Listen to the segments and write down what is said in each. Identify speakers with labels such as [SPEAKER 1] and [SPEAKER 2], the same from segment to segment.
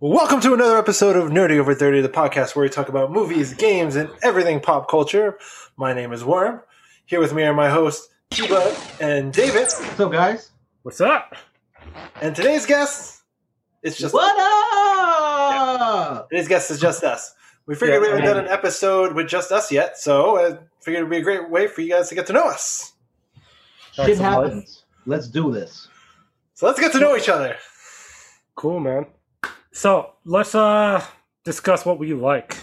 [SPEAKER 1] Welcome to another episode of Nerdy Over 30, the podcast where we talk about movies, games, and everything pop culture. My name is Worm. Here with me are my hosts, Kiba and David.
[SPEAKER 2] What's up, guys?
[SPEAKER 3] What's up?
[SPEAKER 1] And today's guest, it's just
[SPEAKER 2] what up?
[SPEAKER 1] today's guest is just us. We figured we haven't done an episode with just us yet, so I figured it'd be a great way for you guys to get to know us.
[SPEAKER 3] Start
[SPEAKER 2] Shit
[SPEAKER 3] some life.
[SPEAKER 2] happens. Let's do this.
[SPEAKER 1] So let's get to know each other.
[SPEAKER 3] Cool, man. So let's uh discuss what we like,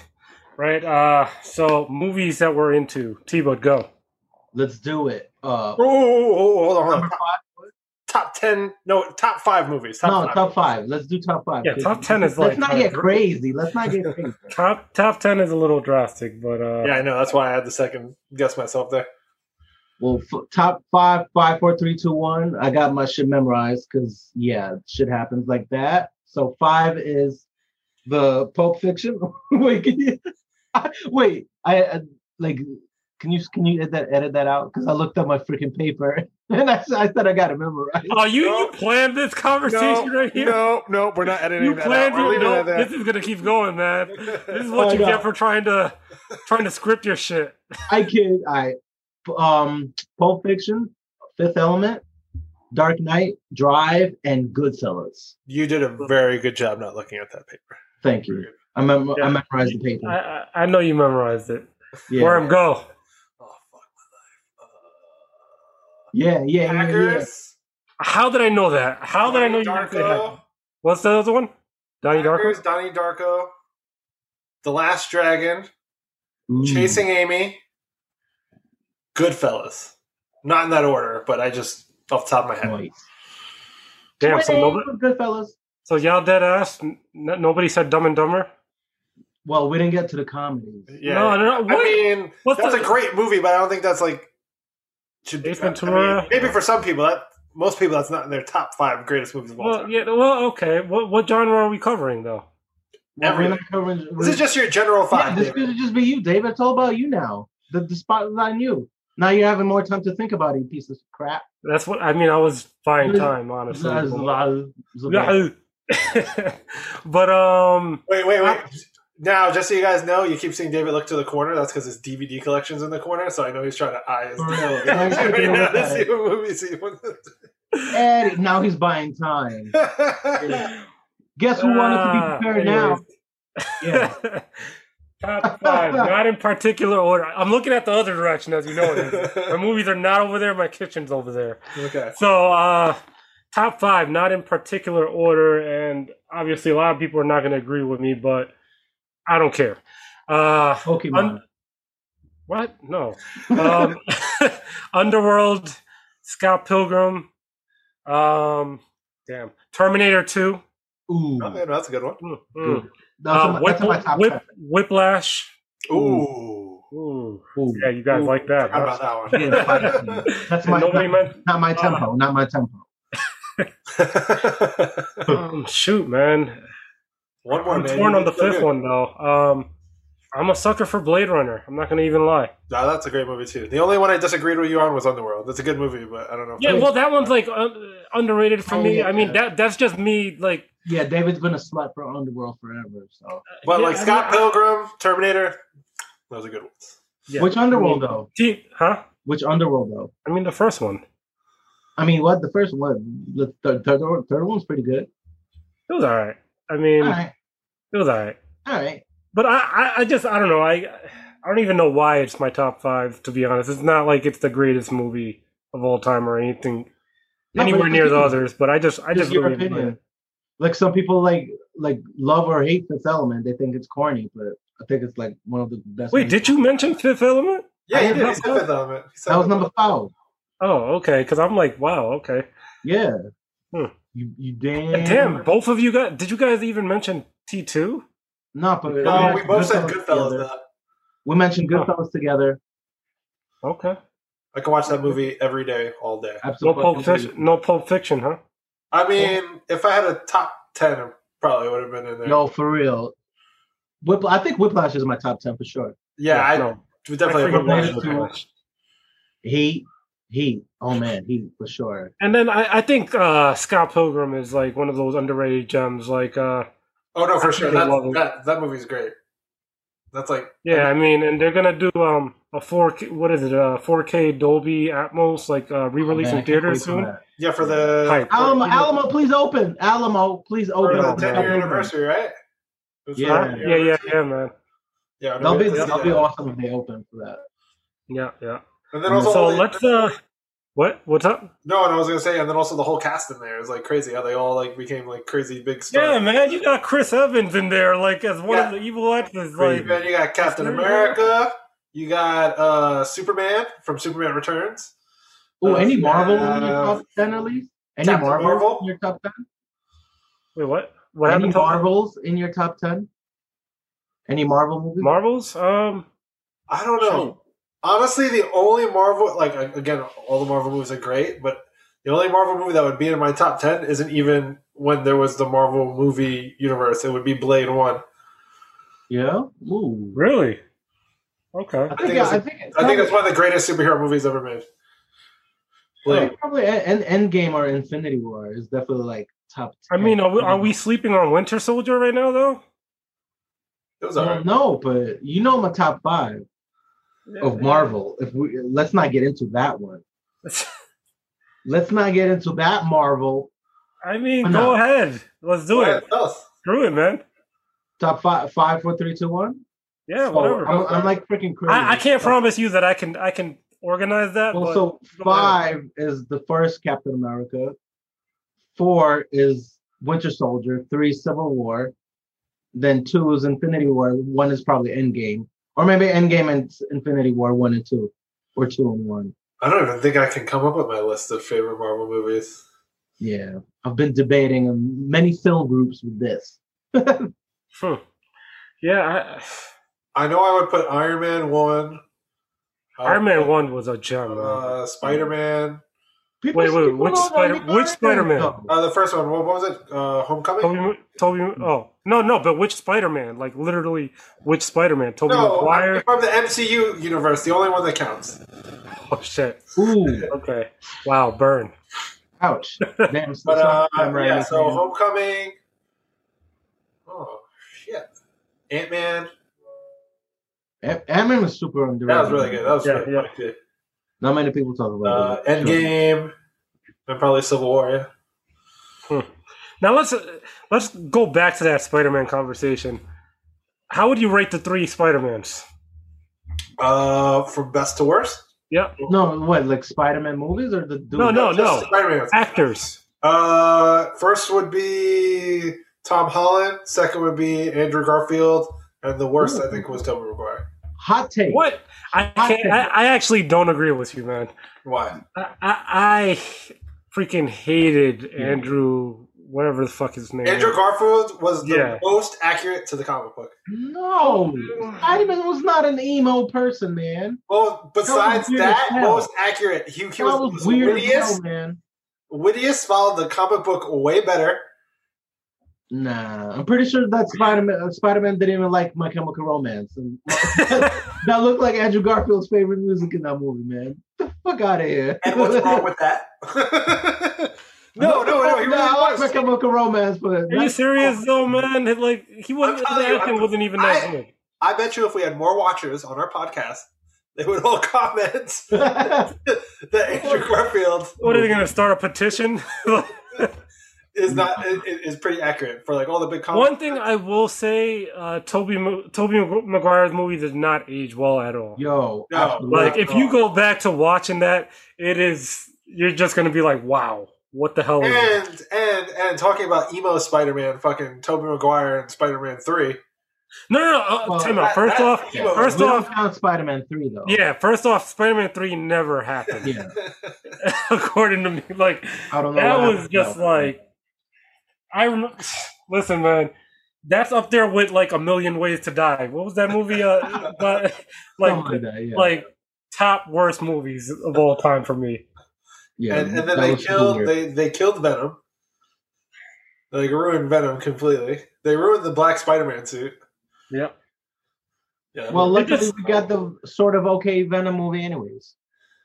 [SPEAKER 3] right? Uh, so movies that we're into. T-Bone, go.
[SPEAKER 2] Let's do it. Uh,
[SPEAKER 1] Oh, oh, oh, oh, hold on, hold
[SPEAKER 2] number
[SPEAKER 1] on.
[SPEAKER 2] five.
[SPEAKER 1] Top ten, no, top five movies. Top
[SPEAKER 2] no,
[SPEAKER 1] five.
[SPEAKER 2] top five. Let's do top five.
[SPEAKER 3] Yeah, top 10 is
[SPEAKER 2] Let's
[SPEAKER 3] like-
[SPEAKER 2] not get crazy. Let's not get crazy.
[SPEAKER 3] Top top ten is a little drastic, but uh,
[SPEAKER 1] Yeah, I know. That's why I had to second guess myself there.
[SPEAKER 2] well, f- top five, five, four, three, two, one. I got my shit memorized because yeah, shit happens like that. So five is the Pulp Fiction. wait, can you, wait. I uh, like. Can you can you edit that, edit that out? Because I looked up my freaking paper and I, s- I said I got it memorized.
[SPEAKER 3] Oh, you
[SPEAKER 1] No.
[SPEAKER 3] you planned this conversation right here.
[SPEAKER 1] No, no, we're not editing
[SPEAKER 3] you
[SPEAKER 1] that out.
[SPEAKER 3] planned
[SPEAKER 1] We're
[SPEAKER 3] it.
[SPEAKER 1] leaving
[SPEAKER 3] No,
[SPEAKER 1] it
[SPEAKER 3] this
[SPEAKER 1] at
[SPEAKER 3] is gonna keep going, man. This is
[SPEAKER 1] that.
[SPEAKER 3] what
[SPEAKER 2] Oh,
[SPEAKER 3] you
[SPEAKER 2] no.
[SPEAKER 3] get for trying to trying to script your shit.
[SPEAKER 2] I kid. I um Pulp Fiction, Fifth Element, Dark Knight, Drive, and Goodfellas.
[SPEAKER 1] you did a very good job not looking at that paper.
[SPEAKER 2] Thank
[SPEAKER 1] Oh,
[SPEAKER 2] you. I, mem- I
[SPEAKER 3] Yeah.
[SPEAKER 2] memorized the paper.
[SPEAKER 3] I I, I know you memorized it.
[SPEAKER 2] yeah.
[SPEAKER 3] Worm,
[SPEAKER 1] Oh
[SPEAKER 3] go.
[SPEAKER 1] fuck my life.
[SPEAKER 2] yeah, yeah,
[SPEAKER 1] Uh,
[SPEAKER 2] yeah, yeah.
[SPEAKER 1] Hackers.
[SPEAKER 3] How did I know that? How did I know you
[SPEAKER 1] Donnie
[SPEAKER 3] meant to
[SPEAKER 1] Darko.
[SPEAKER 3] have- What's the other one? Donnie Darko.
[SPEAKER 1] Hackers, Donnie Darko. The Last Dragon.
[SPEAKER 2] Ooh.
[SPEAKER 1] Chasing Amy. Goodfellas. Not in that order, but I just off the top of my head.
[SPEAKER 2] Nice.
[SPEAKER 3] Damn, so
[SPEAKER 2] Winning
[SPEAKER 3] nobody-
[SPEAKER 2] with Goodfellas.
[SPEAKER 3] So y'all dead ass. N- n- nobody said Dumb and Dumber.
[SPEAKER 2] Well, we didn't get to the comedies.
[SPEAKER 1] Yeah.
[SPEAKER 3] No, no, no. What?
[SPEAKER 1] I mean,
[SPEAKER 3] What's
[SPEAKER 1] that's
[SPEAKER 3] the-
[SPEAKER 1] a great movie, but I don't think that's like. Should be,
[SPEAKER 3] Ace
[SPEAKER 1] I mean,
[SPEAKER 3] Ventura.
[SPEAKER 1] maybe for some people, that most people, that's not in their top five greatest movies of all
[SPEAKER 3] Well,
[SPEAKER 1] time.
[SPEAKER 3] yeah. Well, okay. What what genre are we covering though?
[SPEAKER 2] Well, we're
[SPEAKER 1] Everything.
[SPEAKER 2] not covering.
[SPEAKER 1] This is just your general
[SPEAKER 2] yeah,
[SPEAKER 1] five.
[SPEAKER 2] this
[SPEAKER 1] David.
[SPEAKER 2] could just be you, David. It's all about you now. The, the spotlight on you. Now you're having more time to think about it, you piece of crap.
[SPEAKER 3] That's what I mean. I was buying
[SPEAKER 2] There's-
[SPEAKER 3] time, honestly.
[SPEAKER 2] There's a lot of- there's a lot of-
[SPEAKER 3] Yeah. but um,
[SPEAKER 1] Wait, wait, wait. Now, just so you guys know, you keep seeing David look to the corner. That's because his DVD collection's in the corner, so I know he's trying to eye his
[SPEAKER 2] For real.
[SPEAKER 1] DVD.
[SPEAKER 2] I was thinking
[SPEAKER 1] Right now,
[SPEAKER 2] about
[SPEAKER 1] to see what movies he wants.
[SPEAKER 2] And now he's buying time. Guess who wanted to
[SPEAKER 3] Ah,
[SPEAKER 2] be prepared now? Yeah.
[SPEAKER 3] top five, not in particular order. I'm looking at the other direction, as you know. It is. My movies are not over there. My kitchen's over there.
[SPEAKER 1] okay.
[SPEAKER 3] So, uh, top five, not in particular order, and obviously a lot of people are not going to agree with me, but I don't care. Uh,
[SPEAKER 2] Pokemon.
[SPEAKER 3] what? No. Um, Underworld, Scott Pilgrim, um, damn, Terminator Two,
[SPEAKER 2] Ooh.
[SPEAKER 1] Oh, yeah, that's a good one.
[SPEAKER 3] mm, mm.
[SPEAKER 2] Good. That's,
[SPEAKER 3] Uh,
[SPEAKER 2] in my, that's in my
[SPEAKER 3] Whip-
[SPEAKER 2] top
[SPEAKER 3] Whip-
[SPEAKER 2] five.
[SPEAKER 3] Whiplash.
[SPEAKER 1] Ooh.
[SPEAKER 3] Ooh,
[SPEAKER 2] Ooh.
[SPEAKER 3] yeah, you guys
[SPEAKER 2] Ooh.
[SPEAKER 3] like that?
[SPEAKER 1] How
[SPEAKER 3] Huh?
[SPEAKER 1] about that one?
[SPEAKER 2] Yeah, fuck you. that's my
[SPEAKER 3] Nobody uh.
[SPEAKER 2] not,
[SPEAKER 3] meant.
[SPEAKER 2] not my tempo. Not my tempo.
[SPEAKER 3] Um, shoot, man.
[SPEAKER 1] one more.
[SPEAKER 3] I'm
[SPEAKER 1] man.
[SPEAKER 3] torn
[SPEAKER 1] You
[SPEAKER 3] on the
[SPEAKER 1] did so
[SPEAKER 3] fifth
[SPEAKER 1] good.
[SPEAKER 3] one though. Um, I'm a sucker for Blade Runner. I'm not gonna even lie.
[SPEAKER 1] No, that's a great movie too. The only one I disagreed with you on was Underworld. That's a good movie, but I don't know. If
[SPEAKER 3] Yeah, well, that one's like uh, underrated for
[SPEAKER 2] Oh,
[SPEAKER 3] me.
[SPEAKER 2] yeah.
[SPEAKER 3] I mean, that that's just me. Like,
[SPEAKER 2] Yeah, David's been a slut for Underworld forever. So,
[SPEAKER 1] but
[SPEAKER 3] yeah,
[SPEAKER 1] like
[SPEAKER 3] I
[SPEAKER 1] Scott
[SPEAKER 3] mean, I-
[SPEAKER 1] Pilgrim, Terminator, those are good ones.
[SPEAKER 3] yeah.
[SPEAKER 2] which Underworld
[SPEAKER 3] I mean, uh,
[SPEAKER 2] though?
[SPEAKER 3] T- huh?
[SPEAKER 2] Which Underworld though?
[SPEAKER 3] I mean, the first one.
[SPEAKER 2] I mean, what the first one? The third, third, one- third one's pretty good.
[SPEAKER 3] It was all right. I mean,
[SPEAKER 2] All right,
[SPEAKER 3] it was all right.
[SPEAKER 2] all right.
[SPEAKER 3] But I, I, I just, I don't know. I, I don't even know why it's my top five. To be honest, it's not like it's the greatest movie of all time or anything
[SPEAKER 2] No, but
[SPEAKER 3] anywhere
[SPEAKER 2] it's
[SPEAKER 3] near the
[SPEAKER 2] opinion.
[SPEAKER 3] others. But I just, I
[SPEAKER 2] Just
[SPEAKER 3] just
[SPEAKER 2] your
[SPEAKER 3] really enjoy
[SPEAKER 2] opinion.
[SPEAKER 3] it.
[SPEAKER 2] Like some people like like love or hate Fifth Element. They think it's corny, but I think it's like one of the best.
[SPEAKER 3] Wait, did you mention Fifth Element?
[SPEAKER 1] Yeah,
[SPEAKER 2] I
[SPEAKER 1] he
[SPEAKER 2] am
[SPEAKER 1] did. He
[SPEAKER 2] not-
[SPEAKER 1] said Fifth Element. He said
[SPEAKER 2] That was
[SPEAKER 1] it.
[SPEAKER 2] number five.
[SPEAKER 3] Oh, okay. Because I'm like, wow, okay.
[SPEAKER 2] Yeah.
[SPEAKER 3] Hmm.
[SPEAKER 2] You you damn.
[SPEAKER 3] And damn, both of you guys. Did you guys even mention T two?
[SPEAKER 2] No, but
[SPEAKER 1] No, we both said Goodfellas.
[SPEAKER 2] together.
[SPEAKER 1] Though.
[SPEAKER 2] We mentioned Goodfellas together.
[SPEAKER 3] Okay.
[SPEAKER 1] I can watch that movie every day, all day.
[SPEAKER 3] No
[SPEAKER 2] Absolutely.
[SPEAKER 3] Pulp Fiction. No Pulp Fiction, huh?
[SPEAKER 1] I mean, if I had a top ten, it probably would have been in there.
[SPEAKER 2] No, for real. Whip, I think Whiplash is my top ten for sure.
[SPEAKER 1] yeah, I
[SPEAKER 3] no.
[SPEAKER 1] would
[SPEAKER 3] I
[SPEAKER 1] definitely
[SPEAKER 3] freaking
[SPEAKER 1] have
[SPEAKER 3] love
[SPEAKER 1] watched it.
[SPEAKER 2] Whiplash too.
[SPEAKER 3] Whiplash.
[SPEAKER 2] Heat, Heat. Oh man, Heat for sure.
[SPEAKER 3] And then I, I think uh, Scott Pilgrim is like one of those underrated gems. Like uh,
[SPEAKER 1] Oh no, for sure.
[SPEAKER 3] really
[SPEAKER 1] That,
[SPEAKER 3] love it.
[SPEAKER 1] that that movie's great. That's like
[SPEAKER 3] Yeah, I mean, and they're gonna do um a four K, what is it a four K Dolby Atmos like uh, re-release
[SPEAKER 2] Man, I
[SPEAKER 3] in
[SPEAKER 2] can't
[SPEAKER 3] theaters
[SPEAKER 2] wait for
[SPEAKER 3] soon.
[SPEAKER 2] that.
[SPEAKER 1] yeah for the
[SPEAKER 3] Hype.
[SPEAKER 2] Alamo, Alamo, please open. Alamo, please
[SPEAKER 1] for
[SPEAKER 2] open.
[SPEAKER 1] the
[SPEAKER 3] Alamo,
[SPEAKER 1] ten year
[SPEAKER 3] Alamo.
[SPEAKER 1] anniversary, right? It was for
[SPEAKER 2] Yeah.
[SPEAKER 1] the 10-year
[SPEAKER 3] Yeah, yeah,
[SPEAKER 1] anniversary.
[SPEAKER 3] yeah, man.
[SPEAKER 1] yeah.
[SPEAKER 2] That'll be
[SPEAKER 1] yeah.
[SPEAKER 2] that'll be awesome if they open for that.
[SPEAKER 3] Yeah, yeah.
[SPEAKER 1] And then also,
[SPEAKER 3] so
[SPEAKER 1] all the-
[SPEAKER 3] let's uh, what what's up?
[SPEAKER 1] no, and I was gonna say, and then also the whole cast in there is like crazy how they all like became like crazy big
[SPEAKER 3] Yeah,
[SPEAKER 1] stars.
[SPEAKER 3] man, you got Chris Evans in there like as one
[SPEAKER 1] Yeah.
[SPEAKER 3] of the evil actors.
[SPEAKER 1] Like,
[SPEAKER 3] Like,
[SPEAKER 1] man, you got Captain
[SPEAKER 3] That's-
[SPEAKER 1] America. You got uh, Superman from Superman Returns.
[SPEAKER 2] Oh,
[SPEAKER 1] Uh,
[SPEAKER 2] any Marvel in your
[SPEAKER 1] uh,
[SPEAKER 2] top ten at least? Any
[SPEAKER 1] Captain
[SPEAKER 2] Marvel,
[SPEAKER 1] Marvel?
[SPEAKER 2] in your top ten?
[SPEAKER 3] wait, what? What
[SPEAKER 2] any
[SPEAKER 3] happened to
[SPEAKER 2] Marvels in your top ten? Any Marvel movies?
[SPEAKER 3] Marvels? Um,
[SPEAKER 1] I don't know.
[SPEAKER 2] Sure.
[SPEAKER 1] Honestly, the only Marvel like a- again, all the Marvel movies are great, but the only Marvel movie that would be in my top ten isn't even when there was the Marvel movie universe. It would be Blade One.
[SPEAKER 2] Yeah. Ooh.
[SPEAKER 3] really? Okay.
[SPEAKER 2] I
[SPEAKER 1] think
[SPEAKER 2] think yeah,
[SPEAKER 1] it's a-
[SPEAKER 2] I think it's
[SPEAKER 1] I think it's one of the greatest superhero movies ever made.
[SPEAKER 2] probably,
[SPEAKER 1] Blade.
[SPEAKER 2] probably E, End Endgame or Infinity War is definitely like top.
[SPEAKER 3] I
[SPEAKER 2] 10.
[SPEAKER 3] mean, are we, are we sleeping on Winter Soldier right now though?
[SPEAKER 1] It was
[SPEAKER 2] Well,
[SPEAKER 1] alright.
[SPEAKER 2] no, but you know my top five of Marvel. If we let's not get into that one. Let's not get into that Marvel
[SPEAKER 3] I mean,
[SPEAKER 2] Why
[SPEAKER 3] go
[SPEAKER 2] not?
[SPEAKER 3] ahead. Let's do it.
[SPEAKER 1] What else?
[SPEAKER 3] Screw it, man.
[SPEAKER 2] top five, five, four, three, two, one.
[SPEAKER 3] Yeah,
[SPEAKER 2] So,
[SPEAKER 3] whatever.
[SPEAKER 2] I'm, I'm like freaking crazy.
[SPEAKER 3] I, I can't promise you that I can I can organize that.
[SPEAKER 2] Well,
[SPEAKER 3] but
[SPEAKER 2] so five is the first Captain America. Four is Winter Soldier. Three, Civil War. Then two is Infinity War. One is probably Endgame, or maybe Endgame and s- Infinity War one and two, or two and one.
[SPEAKER 1] I don't even think I can come up with my list of favorite Marvel movies.
[SPEAKER 2] Yeah, I've been debating in many film groups with this.
[SPEAKER 3] hmm. yeah,
[SPEAKER 1] I know I would put Iron Man one.
[SPEAKER 3] I, Iron Man One was a gem. man.
[SPEAKER 1] Uh, Spider Man.
[SPEAKER 2] People-
[SPEAKER 3] Wait, wait,
[SPEAKER 2] people
[SPEAKER 3] which
[SPEAKER 2] don't
[SPEAKER 3] Spider-
[SPEAKER 2] like
[SPEAKER 3] which
[SPEAKER 2] Iron
[SPEAKER 3] Spider-Man?
[SPEAKER 2] though.
[SPEAKER 1] Uh, the first one. What what was it? Uh, Homecoming.
[SPEAKER 3] Toby, Toby.
[SPEAKER 1] Hmm.
[SPEAKER 3] Oh no, no, but which Spider Man? Like literally, which Spider Man? Toby
[SPEAKER 1] No, I mean,
[SPEAKER 3] Maguire.
[SPEAKER 1] from the MCU universe, the only one that counts.
[SPEAKER 3] Oh shit.
[SPEAKER 2] Ooh,
[SPEAKER 3] Okay. Wow. Burn.
[SPEAKER 2] ouch! Damn,
[SPEAKER 1] But uh, yeah,
[SPEAKER 2] right
[SPEAKER 1] so
[SPEAKER 2] now.
[SPEAKER 1] Homecoming. Oh shit! Ant Man.
[SPEAKER 2] Ant- Ant-Man was super underrated.
[SPEAKER 1] That was really good. That was
[SPEAKER 3] Yeah,
[SPEAKER 1] really
[SPEAKER 3] yeah.
[SPEAKER 1] fucking good.
[SPEAKER 2] Not many people talk
[SPEAKER 1] Uh,
[SPEAKER 2] about it.
[SPEAKER 1] Endgame, and probably Civil War. Yeah.
[SPEAKER 3] Now let's uh, let's go back to that Spider Man conversation. How would you rate the three Spider Mans?
[SPEAKER 1] Uh, from best to worst.
[SPEAKER 3] Yeah.
[SPEAKER 2] No, what like Spider-Man movies or the dude?
[SPEAKER 3] No, no.
[SPEAKER 1] Spider-Man.
[SPEAKER 3] Actors.
[SPEAKER 1] Uh, first would be Tom Holland. Second would be Andrew Garfield, and the worst I think was Tobey Maguire.
[SPEAKER 2] Hot take.
[SPEAKER 3] What? I can't. I, I actually don't agree with you, man.
[SPEAKER 1] Why?
[SPEAKER 3] I, I, I freaking hated Andrew, whatever the fuck his name.
[SPEAKER 1] Andrew
[SPEAKER 3] is.
[SPEAKER 1] Garfield was the
[SPEAKER 3] Yeah.
[SPEAKER 1] most accurate to the comic book.
[SPEAKER 2] No, Spider-Man was not an emo person, man.
[SPEAKER 1] Well, besides
[SPEAKER 2] weird as
[SPEAKER 1] that,
[SPEAKER 2] hell.
[SPEAKER 1] most accurate. He, he
[SPEAKER 2] That
[SPEAKER 1] was,
[SPEAKER 2] was
[SPEAKER 1] was
[SPEAKER 2] weird, as
[SPEAKER 1] wittiest.
[SPEAKER 2] hell, man.
[SPEAKER 1] Wittiest followed the comic book way better.
[SPEAKER 2] Nah, I'm pretty sure that Spider-Man uh, Spider-Man didn't even like My Chemical Romance, and that looked like Andrew Garfield's favorite music in that movie, man. Get the fuck out of here.
[SPEAKER 1] And what's wrong with that? no, no, no. He really
[SPEAKER 2] I like My
[SPEAKER 1] was.
[SPEAKER 2] Chemical Romance, but
[SPEAKER 3] Are you serious though, man? It, Like he wasn't.
[SPEAKER 1] I'm telling
[SPEAKER 3] The
[SPEAKER 1] you,
[SPEAKER 3] acting
[SPEAKER 1] I'm-
[SPEAKER 3] wasn't even that
[SPEAKER 1] I-
[SPEAKER 3] good.
[SPEAKER 1] I bet you if we had more watchers on our podcast, they would all comment that Andrew Garfield
[SPEAKER 3] What are they gonna start a petition?
[SPEAKER 1] is not i- i- is pretty accurate for like all the big comic.
[SPEAKER 3] One thing I will say, uh, Toby Mo- Toby Maguire's movie did not age well at all.
[SPEAKER 2] Yo, uh,
[SPEAKER 1] No,
[SPEAKER 2] absolutely.
[SPEAKER 3] Like if you
[SPEAKER 1] Oh.
[SPEAKER 3] go back to watching that, it is you're just gonna be like, wow, what the hell is this?
[SPEAKER 1] And and and talking about emo Spider-Man, fucking Tobey Maguire and Spider-Man Three.
[SPEAKER 3] No, no, no. Uh,
[SPEAKER 2] Well,
[SPEAKER 3] time out.
[SPEAKER 1] that-
[SPEAKER 3] First
[SPEAKER 1] that's
[SPEAKER 3] off,
[SPEAKER 1] emo.
[SPEAKER 3] first
[SPEAKER 2] we
[SPEAKER 3] off-
[SPEAKER 2] don't count Spider-Man three though.
[SPEAKER 3] yeah. First off, Spider-Man Three never happened,
[SPEAKER 2] yeah.
[SPEAKER 3] according to me. Like
[SPEAKER 2] I don't know.
[SPEAKER 3] that
[SPEAKER 2] what
[SPEAKER 3] was
[SPEAKER 2] happened,
[SPEAKER 3] just
[SPEAKER 2] though.
[SPEAKER 3] like I remember. Listen, man, that's up there with like a million ways to die. What was that movie? Uh, but, like,
[SPEAKER 2] Something like that, yeah.
[SPEAKER 3] like top worst movies of all time for me.
[SPEAKER 2] yeah,
[SPEAKER 1] and, and
[SPEAKER 2] that
[SPEAKER 1] then they
[SPEAKER 2] was
[SPEAKER 1] killed
[SPEAKER 2] weird.
[SPEAKER 1] they, they killed Venom. They ruined Venom completely. They ruined the black Spider Man suit.
[SPEAKER 3] Yeah.
[SPEAKER 1] Yeah.
[SPEAKER 2] Well,
[SPEAKER 3] It
[SPEAKER 2] luckily
[SPEAKER 3] just-
[SPEAKER 2] we got the sort of okay Venom movie, anyways.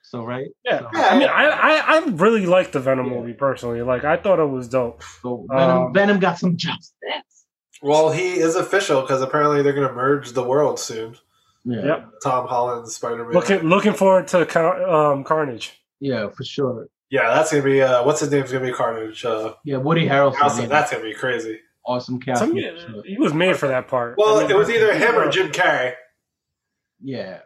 [SPEAKER 2] So right,
[SPEAKER 3] Yeah.
[SPEAKER 2] So,
[SPEAKER 1] yeah,
[SPEAKER 3] I mean, I, I, I really liked the Venom
[SPEAKER 2] Yeah.
[SPEAKER 3] movie personally. Like, I thought it was dope.
[SPEAKER 2] so Venom,
[SPEAKER 3] Um,
[SPEAKER 2] Venom got some justice.
[SPEAKER 1] Well, he is official because apparently they're going to merge the world soon.
[SPEAKER 2] Yeah.
[SPEAKER 3] Yep.
[SPEAKER 1] Tom Holland's Spider Man.
[SPEAKER 3] Looking looking forward to Car- um, Carnage.
[SPEAKER 2] Yeah, for sure.
[SPEAKER 1] Yeah, that's going to be uh, what's his name's going to be Carnage. Uh,
[SPEAKER 2] Yeah, Woody Harrelson.
[SPEAKER 1] Allison,
[SPEAKER 2] yeah,
[SPEAKER 1] that's going to be crazy.
[SPEAKER 2] awesome cast.
[SPEAKER 3] Some,
[SPEAKER 2] member, sure.
[SPEAKER 3] he was made for that part.
[SPEAKER 1] Well,
[SPEAKER 3] I mean,
[SPEAKER 1] it was either him or Jim Carrey.
[SPEAKER 2] Yeah.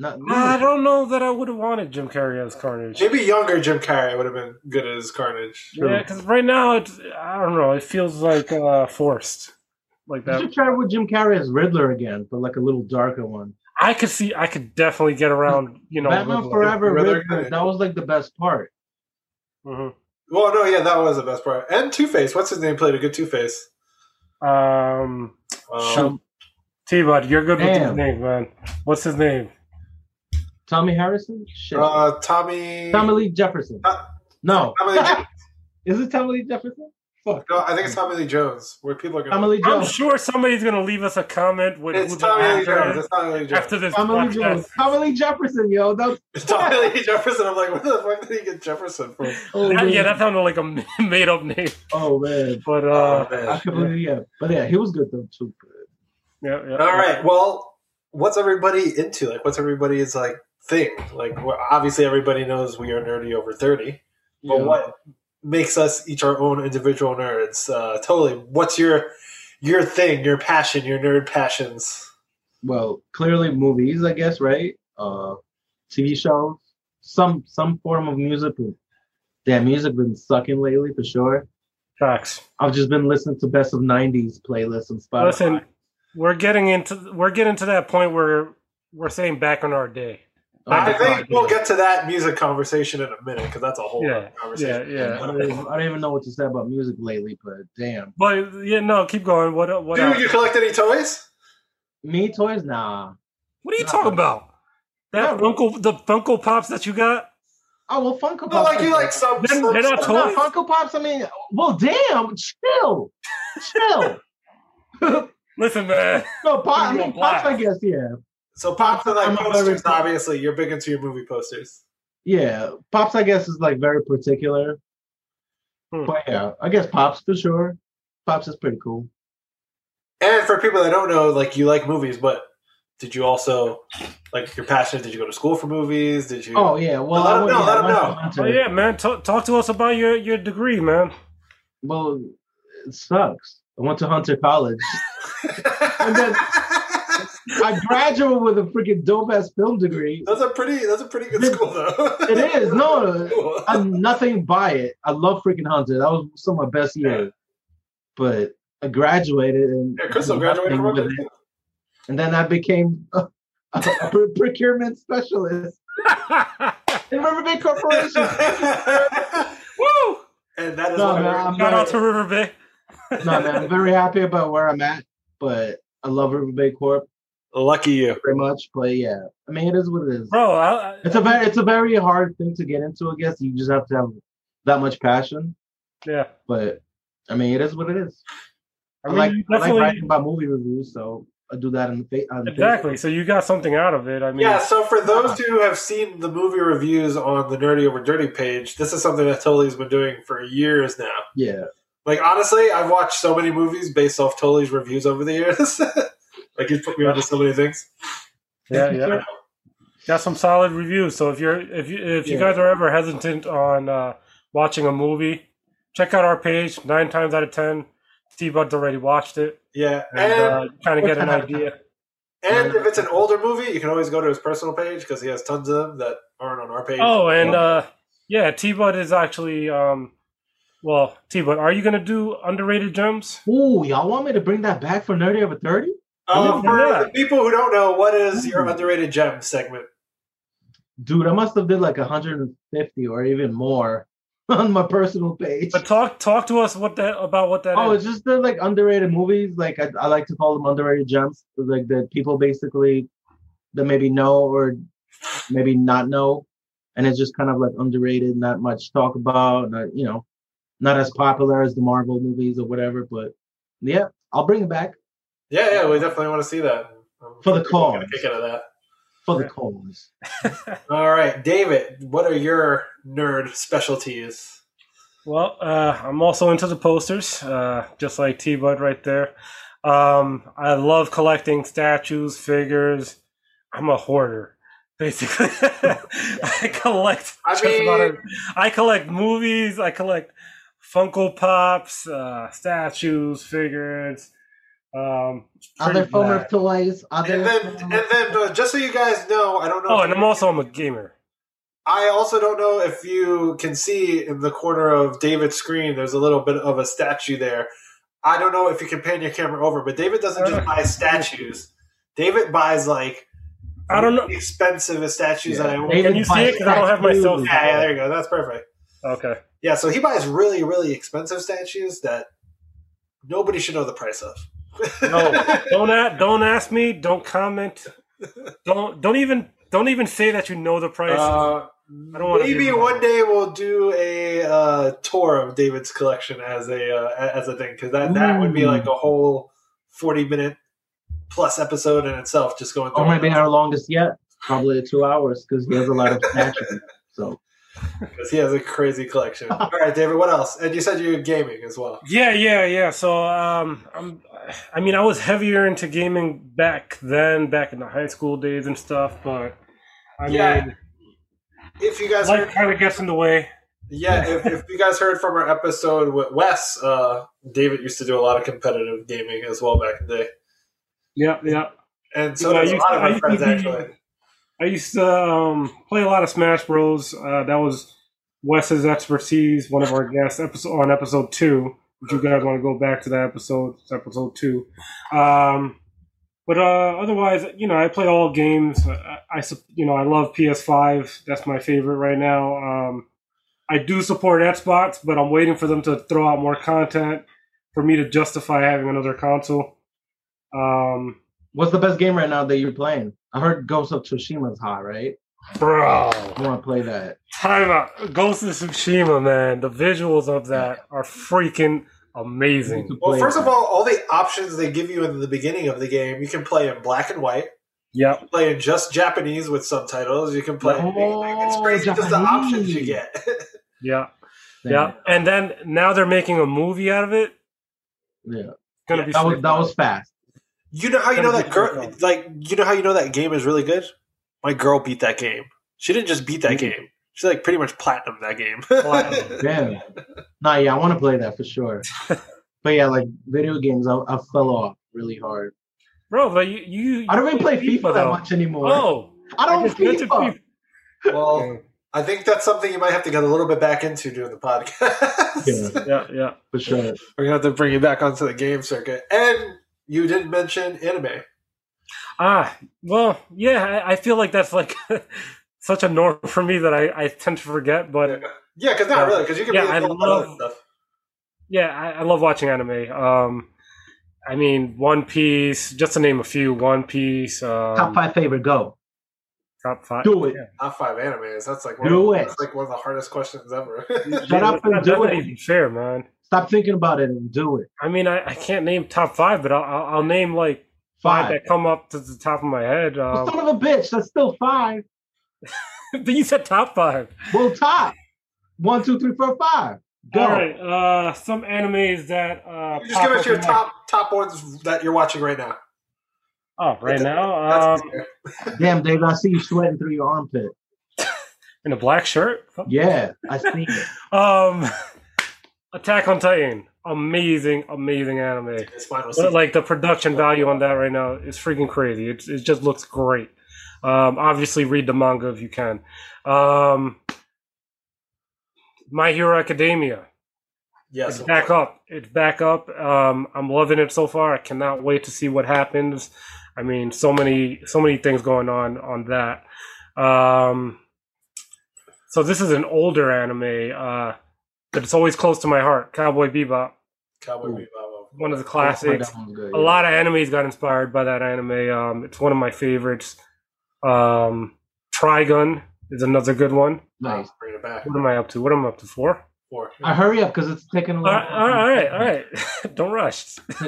[SPEAKER 2] Not,
[SPEAKER 3] I don't know that I would have wanted Jim Carrey as Carnage.
[SPEAKER 1] Maybe younger Jim Carrey would have been good as Carnage.
[SPEAKER 2] True.
[SPEAKER 3] Yeah, because right now it's, I don't know. It feels like uh, forced, like
[SPEAKER 2] You
[SPEAKER 3] that.
[SPEAKER 2] should try with Jim Carrey as Riddler again, but like a little darker one.
[SPEAKER 3] I could see. I could definitely get around. You know,
[SPEAKER 2] Batman
[SPEAKER 3] Riddler.
[SPEAKER 2] Forever,
[SPEAKER 1] Riddler
[SPEAKER 2] Riddler,
[SPEAKER 1] guy.
[SPEAKER 2] that was like the best part.
[SPEAKER 3] Mhm.
[SPEAKER 1] Well, no, yeah, that was the best part. And Two Face, what's his name? Played a good Two Face.
[SPEAKER 3] Um,
[SPEAKER 1] Um,
[SPEAKER 3] T Bud, you're good with
[SPEAKER 2] Damn.
[SPEAKER 3] his name, man. What's his name?
[SPEAKER 2] Tommy Harrison? Shit.
[SPEAKER 1] uh, Tommy.
[SPEAKER 2] Tommy Lee Jefferson.
[SPEAKER 1] Uh,
[SPEAKER 2] no.
[SPEAKER 1] Tommy Lee Jones.
[SPEAKER 2] Is it Tommy Lee Jefferson? Fuck.
[SPEAKER 1] No, I think it's Tommy Lee Jones. Where people are going.
[SPEAKER 2] Tommy Lee
[SPEAKER 3] I'm
[SPEAKER 2] Jones.
[SPEAKER 3] sure somebody's gonna leave us a comment with
[SPEAKER 1] It's
[SPEAKER 3] who the
[SPEAKER 1] Tommy Lee
[SPEAKER 3] actor
[SPEAKER 1] Jones.
[SPEAKER 3] is
[SPEAKER 1] It's Tommy Lee Jones.
[SPEAKER 3] after this
[SPEAKER 2] Tommy Lee
[SPEAKER 3] podcast.
[SPEAKER 2] Jones. Tommy Lee Jefferson, yo. That's
[SPEAKER 1] It's Tommy Lee Jefferson. I'm like, where the fuck did he get Jefferson from?
[SPEAKER 2] oh,
[SPEAKER 3] That-
[SPEAKER 2] man.
[SPEAKER 3] yeah, that sounded like a made up name,
[SPEAKER 2] oh man.
[SPEAKER 3] but uh,
[SPEAKER 1] Oh, man.
[SPEAKER 2] I could believe yeah. But yeah, he was good though too.
[SPEAKER 3] yeah, yeah.
[SPEAKER 1] All right. Well, what's everybody into? Like, what's everybody's like thing? Like, well, obviously, everybody knows we are nerdy over thirty, but
[SPEAKER 2] Yeah.
[SPEAKER 1] what makes us each our own individual nerds? Uh, totally. What's your your thing? Your passion? Your nerd passions?
[SPEAKER 2] well, clearly movies, I guess, right? Uh, TV shows, some some form of music. Damn, music been sucking lately for sure.
[SPEAKER 3] Facts.
[SPEAKER 2] I've just been listening to best of '90s playlists on Spotify.
[SPEAKER 3] Listen, we're getting into we're getting to that point where we're saying back on our day.
[SPEAKER 2] Oh,
[SPEAKER 1] I
[SPEAKER 2] God,
[SPEAKER 1] think we'll
[SPEAKER 2] dude.
[SPEAKER 1] get to that music conversation in a minute because that's a whole
[SPEAKER 3] Yeah,
[SPEAKER 1] other
[SPEAKER 3] Yeah,
[SPEAKER 1] conversation.
[SPEAKER 2] I
[SPEAKER 3] yeah.
[SPEAKER 2] don't, even, I don't even know what to say about music lately, but damn,
[SPEAKER 3] But yeah, no, keep going. What what
[SPEAKER 1] Dude,
[SPEAKER 3] else?
[SPEAKER 1] you collect any toys?
[SPEAKER 2] me toys, nah.
[SPEAKER 3] What are you
[SPEAKER 2] Nah.
[SPEAKER 3] talking about?
[SPEAKER 2] Nah.
[SPEAKER 3] That Funko the Funko Pops that you got?
[SPEAKER 2] Oh well, Funko Pops.
[SPEAKER 1] But like you like some.
[SPEAKER 3] They're-
[SPEAKER 1] some-
[SPEAKER 3] they're not
[SPEAKER 1] some-
[SPEAKER 2] Well, no,
[SPEAKER 3] toys?
[SPEAKER 2] Funko Pops. I mean, well, damn, chill, chill.
[SPEAKER 3] Listen, man.
[SPEAKER 2] No, pop, I
[SPEAKER 3] You
[SPEAKER 2] mean,
[SPEAKER 3] go black.
[SPEAKER 2] Pops. I guess, yeah.
[SPEAKER 1] So pops are like
[SPEAKER 2] I'm a
[SPEAKER 1] posters.
[SPEAKER 2] pirate.
[SPEAKER 1] Obviously, you're big into your movie posters.
[SPEAKER 2] Yeah, Pops, I guess, is like very particular.
[SPEAKER 3] Hmm.
[SPEAKER 2] But yeah, I guess Pops for sure. Pops is pretty cool.
[SPEAKER 1] And for people that don't know, like you like movies, but did you also like you're passionate? Did you go to school for movies? Did you?
[SPEAKER 2] Oh yeah, well,
[SPEAKER 1] Let
[SPEAKER 2] I
[SPEAKER 1] him
[SPEAKER 2] went-
[SPEAKER 1] know,
[SPEAKER 2] yeah,
[SPEAKER 1] let
[SPEAKER 2] I
[SPEAKER 1] him
[SPEAKER 2] went
[SPEAKER 1] know.
[SPEAKER 2] on to
[SPEAKER 3] Oh
[SPEAKER 2] it.
[SPEAKER 3] yeah, man. Talk, talk to us about your, your degree, man.
[SPEAKER 2] Well, it sucks. I went to Hunter College. and then- I graduated with a freaking dope ass film degree.
[SPEAKER 1] that's a pretty. That's a pretty good school, though.
[SPEAKER 2] It is no,
[SPEAKER 1] Cool.
[SPEAKER 2] I'm nothing by it. I love freaking Hunter. That was some of my best years. But I graduated and
[SPEAKER 1] Yeah, Crystal graduated
[SPEAKER 2] nothing
[SPEAKER 1] from
[SPEAKER 2] with
[SPEAKER 1] Upton.
[SPEAKER 2] it. and then I became a, a pr- procurement specialist in Riverbend Corporation. no,
[SPEAKER 3] Woo!
[SPEAKER 1] and that is
[SPEAKER 2] No,
[SPEAKER 1] why
[SPEAKER 2] man,
[SPEAKER 1] we're-
[SPEAKER 2] I'm
[SPEAKER 3] Shout out to River Bay.
[SPEAKER 2] man, I'm very happy about where I'm at, but I love Riverbend Corp
[SPEAKER 1] lucky you.
[SPEAKER 2] very much. But yeah, I mean, it is what it is.
[SPEAKER 3] Bro, I, I-
[SPEAKER 2] It's a very, it's a very hard thing to get into. I guess you just have to have that much passion.
[SPEAKER 3] yeah.
[SPEAKER 2] But I mean, it is what it is.
[SPEAKER 3] I
[SPEAKER 2] I,
[SPEAKER 3] mean,
[SPEAKER 2] like,
[SPEAKER 3] you
[SPEAKER 2] I like
[SPEAKER 3] definitely-
[SPEAKER 2] writing about movie reviews, so I do that on the fa- on
[SPEAKER 3] Exactly. So you got something out of it. I mean,
[SPEAKER 1] Yeah. So for those who have seen the movie reviews on the Nerdy Over Dirty page, this is something that Tully's been doing for years now.
[SPEAKER 2] Facebook. Yeah,
[SPEAKER 1] Like honestly, I've watched so many movies based off Tully's reviews over the years. like he's put me onto so many things.
[SPEAKER 3] yeah, yeah. Got some solid reviews. So if you're if you if you
[SPEAKER 2] Yeah.
[SPEAKER 3] guys are ever hesitant on uh, watching a movie, check out our page. Nine times out of ten, T Bud's already watched it
[SPEAKER 1] Yeah,
[SPEAKER 3] and,
[SPEAKER 1] and
[SPEAKER 3] uh, kind of get an
[SPEAKER 2] Ten out of
[SPEAKER 3] idea.
[SPEAKER 1] and if it's an older movie, you can always go to his personal page because he has tons of them that aren't on our page.
[SPEAKER 3] Oh, and uh, yeah, T Bud is actually um, well, T Bud, are you gonna do underrated gems?
[SPEAKER 2] Ooh, y'all want me to bring that back for Nerdy Over 30?
[SPEAKER 1] Uh, for
[SPEAKER 3] Oh, yeah. Hmm.
[SPEAKER 1] the people who don't know, what is your underrated gem segment?
[SPEAKER 2] Dude, I must have did like 150 or even more on my personal page.
[SPEAKER 3] But talk talk to us what that about what that
[SPEAKER 2] Oh,
[SPEAKER 3] is.
[SPEAKER 2] it's just the like underrated movies. Like I, I like to call them underrated gems. Like that people basically that maybe know or maybe not know, and it's just kind of like underrated, not much talk about, not, you know, not as popular as the Marvel movies or whatever. But yeah, I'll bring it back
[SPEAKER 1] Yeah, yeah, we definitely want to see that. I'm
[SPEAKER 2] For the cause.
[SPEAKER 1] gonna Kick out of that.
[SPEAKER 2] for
[SPEAKER 3] Yeah.
[SPEAKER 2] the cause.
[SPEAKER 1] All right, David, what are your nerd specialties?
[SPEAKER 3] Well, uh, I'm also into the posters, uh, just like T Bud right there. Um, I love collecting statues, figures. I'm a hoarder, basically. I collect.
[SPEAKER 1] I
[SPEAKER 3] just about
[SPEAKER 1] mean-
[SPEAKER 3] every- I collect movies. I collect Funko Pops, uh, statues, figures. Um, it's
[SPEAKER 2] Other
[SPEAKER 3] pretty
[SPEAKER 2] form
[SPEAKER 3] mad.
[SPEAKER 2] of toys. Other.
[SPEAKER 1] And then, and then, uh, just so you guys know, I don't know.
[SPEAKER 3] Oh,
[SPEAKER 1] if
[SPEAKER 3] and
[SPEAKER 1] you-
[SPEAKER 3] I'm also I'm a gamer.
[SPEAKER 1] I also don't know if you can see in the corner of David's screen. There's a little bit of a statue there. I don't know if you can pan your camera over, but David doesn't
[SPEAKER 3] Uh,
[SPEAKER 1] just buy statues. David buys like
[SPEAKER 3] I don't know.
[SPEAKER 1] expensive statues that I want.
[SPEAKER 2] David
[SPEAKER 3] Can you see
[SPEAKER 2] buys
[SPEAKER 3] it? 'Cause I don't have my
[SPEAKER 2] tattoos.
[SPEAKER 3] cell phone.
[SPEAKER 1] Yeah, yeah, there you go. That's perfect.
[SPEAKER 3] Okay.
[SPEAKER 1] Yeah, so he buys really, really expensive statues that nobody should know the price of.
[SPEAKER 3] No, don't a don't ask me. Don't comment. Don't don't even don't even say that you know the price.
[SPEAKER 1] Uh,
[SPEAKER 3] I don't wanna
[SPEAKER 1] maybe
[SPEAKER 3] give him
[SPEAKER 1] one
[SPEAKER 3] that.
[SPEAKER 1] day we'll do a uh, tour of David's collection as a uh, as a thing because that, that would be
[SPEAKER 2] Ooh.
[SPEAKER 1] like a whole forty minute plus episode in itself, just going through.
[SPEAKER 2] Or maybe
[SPEAKER 1] it.
[SPEAKER 2] our longest yet. Probably two hours because he has a lot of statues. So
[SPEAKER 1] 'Cause he has a crazy collection. All right, David, what else? And you said you're gaming as well.
[SPEAKER 3] Yeah, yeah, yeah. So, um, I'm, I mean, I was heavier into gaming back then, back in the high school days and stuff. But I
[SPEAKER 1] Yeah.
[SPEAKER 3] mean,
[SPEAKER 1] If you guys
[SPEAKER 3] life
[SPEAKER 1] heard,
[SPEAKER 3] kind of gets in the way.
[SPEAKER 1] yeah, if, if you guys heard from our episode with Wes, uh, David used to do a lot of competitive gaming as well back in the day,
[SPEAKER 3] Yeah, yeah.
[SPEAKER 1] and so
[SPEAKER 3] Yeah, I
[SPEAKER 1] does a
[SPEAKER 3] used
[SPEAKER 1] lot
[SPEAKER 3] to-
[SPEAKER 1] of
[SPEAKER 3] I
[SPEAKER 1] my
[SPEAKER 3] used to
[SPEAKER 1] friends
[SPEAKER 3] be-
[SPEAKER 1] actually.
[SPEAKER 3] I used to um, play a lot of Smash Bros. Uh, that was Wes's expertise. One of our guests episode on episode two. If you guys want to go back to that episode, it's episode two. Um, but uh, otherwise, you know, I play all games. I, I sup- you know I love PS5. That's my favorite right now. Um, I do support Xbox, but I'm waiting for them to throw out more content for me to justify having another console. Um,
[SPEAKER 2] what's the best game right now that you're playing? I heard Ghost of Tsushima's hot, right?
[SPEAKER 3] bro.
[SPEAKER 2] I want to play that.
[SPEAKER 3] Time out. Ghost of Tsushima, man. The visuals of that are freaking amazing.
[SPEAKER 1] Well, first of all, all the options they give you in the beginning of the game, you can play in black and white,
[SPEAKER 3] Yep.
[SPEAKER 1] play in just Japanese with subtitles, you can play.
[SPEAKER 2] Oh,
[SPEAKER 1] like, it's crazy just the options you
[SPEAKER 2] Japanese.
[SPEAKER 1] get.
[SPEAKER 3] Yeah.
[SPEAKER 2] Damn
[SPEAKER 3] Yeah.
[SPEAKER 2] it.
[SPEAKER 3] And then now they're making a movie out of it.
[SPEAKER 2] yeah,
[SPEAKER 3] Gonna
[SPEAKER 1] Yeah,
[SPEAKER 3] be
[SPEAKER 2] that was
[SPEAKER 3] sick.
[SPEAKER 2] that was fast.
[SPEAKER 1] you know how you know that girl?
[SPEAKER 3] Gotta be
[SPEAKER 1] Like you know how you know that game is really good? My girl beat that game. She didn't just beat that
[SPEAKER 3] Mhm.
[SPEAKER 1] game. She like pretty much platinum that game.
[SPEAKER 3] Platinum.
[SPEAKER 2] Damn. no, yeah, I want to play that for sure. but yeah, like video games, I, I fell off really hard.
[SPEAKER 3] bro. But you, you
[SPEAKER 2] I don't even play
[SPEAKER 3] you
[SPEAKER 2] FIFA that much anymore.
[SPEAKER 3] Oh,
[SPEAKER 2] I don't
[SPEAKER 3] just went to
[SPEAKER 2] FIFA.
[SPEAKER 1] well,
[SPEAKER 3] FIFA.
[SPEAKER 1] I think that's something you might have to get a little bit back into during the podcast.
[SPEAKER 2] Yeah,
[SPEAKER 3] Yeah, yeah.
[SPEAKER 2] for sure.
[SPEAKER 1] We're gonna have to bring you back onto the game circuit. And you didn't mention anime.
[SPEAKER 3] Ah, well, yeah. I, I feel like that's like such a norm for me that I, I tend to forget. But
[SPEAKER 1] Yeah, because not really, because you can
[SPEAKER 3] Yeah,
[SPEAKER 1] be
[SPEAKER 3] I
[SPEAKER 1] a lot of
[SPEAKER 3] love-
[SPEAKER 1] stuff.
[SPEAKER 3] Yeah, I, I love watching anime. Um, I mean, One Piece, just to name a few. One Piece, um,
[SPEAKER 2] Top five favorite, go.
[SPEAKER 3] top five.
[SPEAKER 2] Do it.
[SPEAKER 1] Top five animes. That's like
[SPEAKER 2] Do
[SPEAKER 1] one of,
[SPEAKER 2] it.
[SPEAKER 1] that's like one of the hardest questions ever.
[SPEAKER 2] Shut up and
[SPEAKER 3] That's
[SPEAKER 2] do
[SPEAKER 3] not
[SPEAKER 2] it.
[SPEAKER 3] even fair, man.
[SPEAKER 2] Stop thinking about it and do it.
[SPEAKER 3] I mean, I, I can't name top five, but I'll, I'll, I'll name like five,
[SPEAKER 2] Five.
[SPEAKER 3] that come up to the top of my head.
[SPEAKER 2] Well,
[SPEAKER 3] Um,
[SPEAKER 2] Son of a bitch, that's still five.
[SPEAKER 3] but you said top five.
[SPEAKER 2] Well, top. One, two, three, four, five. Go.
[SPEAKER 3] All right, uh, some animes that uh,
[SPEAKER 1] just
[SPEAKER 3] pop
[SPEAKER 1] give us
[SPEAKER 3] up
[SPEAKER 1] your
[SPEAKER 3] in my-
[SPEAKER 1] top top ones that you're watching right now.
[SPEAKER 3] Oh, right now,
[SPEAKER 1] That's
[SPEAKER 3] um,
[SPEAKER 1] fair.
[SPEAKER 2] Damn, Dave, I see you sweating through your armpit.
[SPEAKER 3] in a black shirt.
[SPEAKER 2] Yeah, I see it.
[SPEAKER 3] Um, Attack on Titan, amazing, amazing anime.
[SPEAKER 1] It's final
[SPEAKER 3] But,
[SPEAKER 1] season.
[SPEAKER 3] like the production value on that right now is freaking crazy. It, it just looks great. Um, obviously, read the manga if you can. Um, My Hero Academia,
[SPEAKER 1] yes,
[SPEAKER 3] it's back up. It's back up. Um, I'm loving it so far. I cannot wait to see what happens. I mean, so many, so many things going on on that. Um, so this is an older anime, uh, but it's always close to my heart. Cowboy Bebop,
[SPEAKER 1] Cowboy Bebop.
[SPEAKER 3] one of the
[SPEAKER 2] That
[SPEAKER 3] classics
[SPEAKER 2] one's good,
[SPEAKER 3] a
[SPEAKER 2] yeah.
[SPEAKER 3] lot of animes got inspired by that anime. Um, it's one of my favorites. Um, Trigun is another good one.
[SPEAKER 2] Nice.
[SPEAKER 1] Bring it back.
[SPEAKER 3] What am I up to? What am I up to four?
[SPEAKER 1] Four.
[SPEAKER 2] I hurry up because it's taking a
[SPEAKER 3] All
[SPEAKER 2] little.
[SPEAKER 3] right, all right, all right. Don't rush.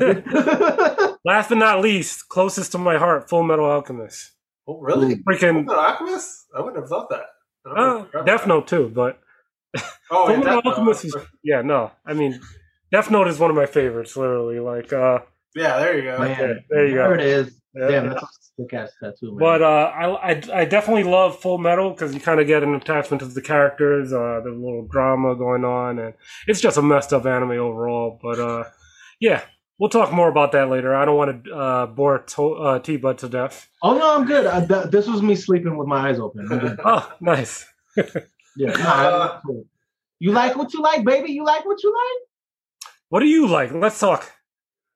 [SPEAKER 3] Last but not least, closest to my heart, Full Metal Alchemist.
[SPEAKER 1] Oh, really?
[SPEAKER 3] Freaking
[SPEAKER 1] Fullmetal Alchemist? I wouldn't have thought that. I don't
[SPEAKER 3] uh,
[SPEAKER 1] know.
[SPEAKER 3] Death Note too, but
[SPEAKER 1] Oh,
[SPEAKER 3] Full
[SPEAKER 1] and
[SPEAKER 3] Metal
[SPEAKER 1] Death Note.
[SPEAKER 3] Alchemist is yeah no. I mean, Death Note is one of my favorites. Literally, like uh,
[SPEAKER 1] Yeah, there you go.
[SPEAKER 2] Man,
[SPEAKER 3] there you go.
[SPEAKER 2] There it is.
[SPEAKER 3] Yeah.
[SPEAKER 2] Damn, that's a sick ass tattoo, man.
[SPEAKER 3] But uh, I, I, I definitely love Full Metal because you kind of get an attachment to the characters. Uh, there's a little drama going on, and it's just a messed up anime overall. But uh, yeah, we'll talk more about that later. I don't want to uh, bore to- uh, T Bud to death.
[SPEAKER 2] oh no, I'm good. I, th- this was me sleeping with my eyes open. I'm good.
[SPEAKER 3] Oh, nice.
[SPEAKER 2] Yeah, no, I'm cool. you like what you like, baby. You like what you like.
[SPEAKER 3] What do you like? Let's talk.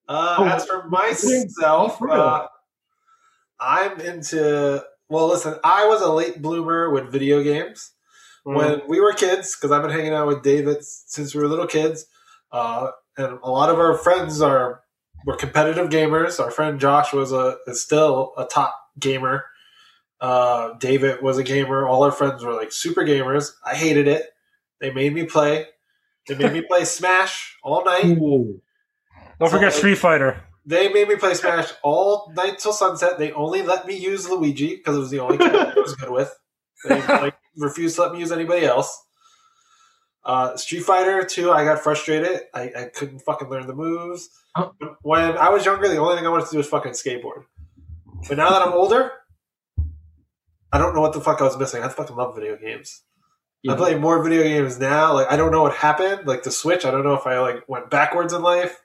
[SPEAKER 1] Uh,
[SPEAKER 2] Oh,
[SPEAKER 1] as for myself,
[SPEAKER 2] real.
[SPEAKER 1] uh, I'm into. Well, listen, I was a late bloomer with video games
[SPEAKER 3] Mm.
[SPEAKER 2] Mm.
[SPEAKER 1] when we were kids because I've been hanging out with David since we were little kids, uh, and a lot of our friends are were competitive gamers. Our friend Josh was a is still a top gamer. Uh, David was a gamer. All our friends were like super gamers. I hated it. They made me play. They made me play Smash all night
[SPEAKER 2] Ooh.
[SPEAKER 3] Don't forget Street Fighter.
[SPEAKER 1] they made me play Smash all night till sunset. They only let me use Luigi because it was the only character I was good with. They like, refused to let me use anybody else. Uh, Street Fighter 2, I got frustrated. I, I couldn't fucking learn the moves.
[SPEAKER 2] Oh.
[SPEAKER 1] When I was younger, the only thing I wanted to do was fucking skateboard. But now that I'm older, I don't know what the fuck I was missing. I fucking love video games. I
[SPEAKER 2] Yeah.
[SPEAKER 1] play more video games now. Like I don't know what happened. Like the Switch, I don't know if I like went backwards in life.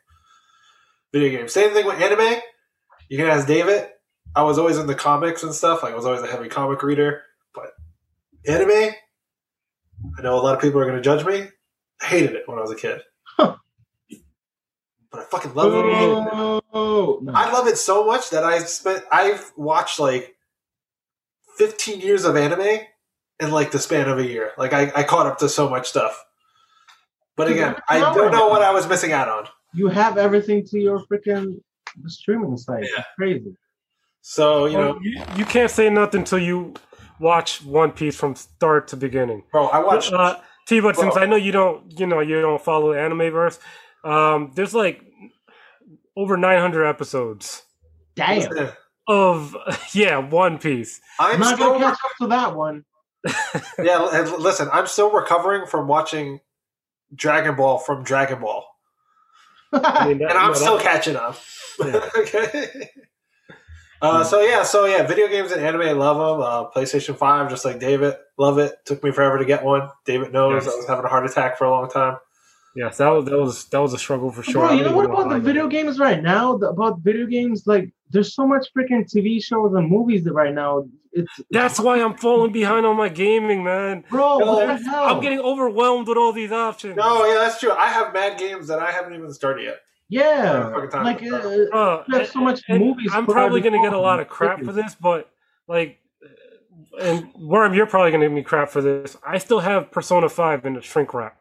[SPEAKER 1] Video games. Same thing with anime. You can ask David. I was always in the comics and stuff. Like I was always a heavy comic reader. But anime, I know a lot of people are going to judge me. I hated it when I was a kid.
[SPEAKER 2] Huh. Uh,
[SPEAKER 1] But I fucking love it.
[SPEAKER 2] Oh, no.
[SPEAKER 1] I love it so much that I spent I've watched like 15 years of anime in like the span of a year. Like I, I caught up to so much stuff. But again, I don't know what I was missing out on.
[SPEAKER 2] you have everything to your freaking streaming site. It's crazy.
[SPEAKER 1] So, you
[SPEAKER 3] Well,
[SPEAKER 1] know,
[SPEAKER 3] Oh, you, you can't say nothing until you watch One Piece from start to beginning.
[SPEAKER 1] bro, I watched
[SPEAKER 3] Uh, T, but since
[SPEAKER 1] Bro.
[SPEAKER 3] I know you don't, you know you don't follow the anime verse, um, there's like over 900 episodes
[SPEAKER 2] Damn.
[SPEAKER 3] of yeah One Piece.
[SPEAKER 2] I'm
[SPEAKER 1] I'm
[SPEAKER 2] not
[SPEAKER 1] still
[SPEAKER 2] gonna catch up to that one.
[SPEAKER 1] Yeah, and listen, I'm still recovering from watching Dragon Ball from Dragon Ball.
[SPEAKER 3] I mean, that-
[SPEAKER 1] and I'm
[SPEAKER 3] no,
[SPEAKER 1] still
[SPEAKER 3] that-
[SPEAKER 1] catching up.
[SPEAKER 3] Yeah.
[SPEAKER 1] okay. Uh, so yeah, so yeah, video games and anime, love them. Uh, PlayStation Five, just like David, love it. Took me forever to get one. David knows
[SPEAKER 3] Yes.
[SPEAKER 1] I was having a heart attack for a long time.
[SPEAKER 3] yes, that was that was that was a struggle for sure. I
[SPEAKER 2] Bro, you
[SPEAKER 3] don't
[SPEAKER 2] know what
[SPEAKER 3] even
[SPEAKER 2] about
[SPEAKER 3] how I
[SPEAKER 2] the
[SPEAKER 3] got
[SPEAKER 2] video
[SPEAKER 3] it.
[SPEAKER 2] games right now? The, about video games, like there's so much freaking TV shows and movies that right now. It's
[SPEAKER 3] That's why I'm falling behind on my gaming, man.
[SPEAKER 2] bro, what the
[SPEAKER 1] I'm
[SPEAKER 2] hell?
[SPEAKER 3] I'm getting overwhelmed with all these options.
[SPEAKER 1] No, yeah, that's true. I have mad games that I haven't even started yet.
[SPEAKER 2] yeah,
[SPEAKER 1] Fucking time.
[SPEAKER 2] like uh,
[SPEAKER 3] Uh,
[SPEAKER 2] There's so
[SPEAKER 3] and-
[SPEAKER 2] much
[SPEAKER 3] and
[SPEAKER 2] movies
[SPEAKER 3] I'm
[SPEAKER 2] put
[SPEAKER 3] probably
[SPEAKER 2] out
[SPEAKER 3] going to get a
[SPEAKER 2] before.
[SPEAKER 3] lot of crap for this, but like, and Worm, you're probably going to give me crap for this. I still have Persona Five in the shrink wrap.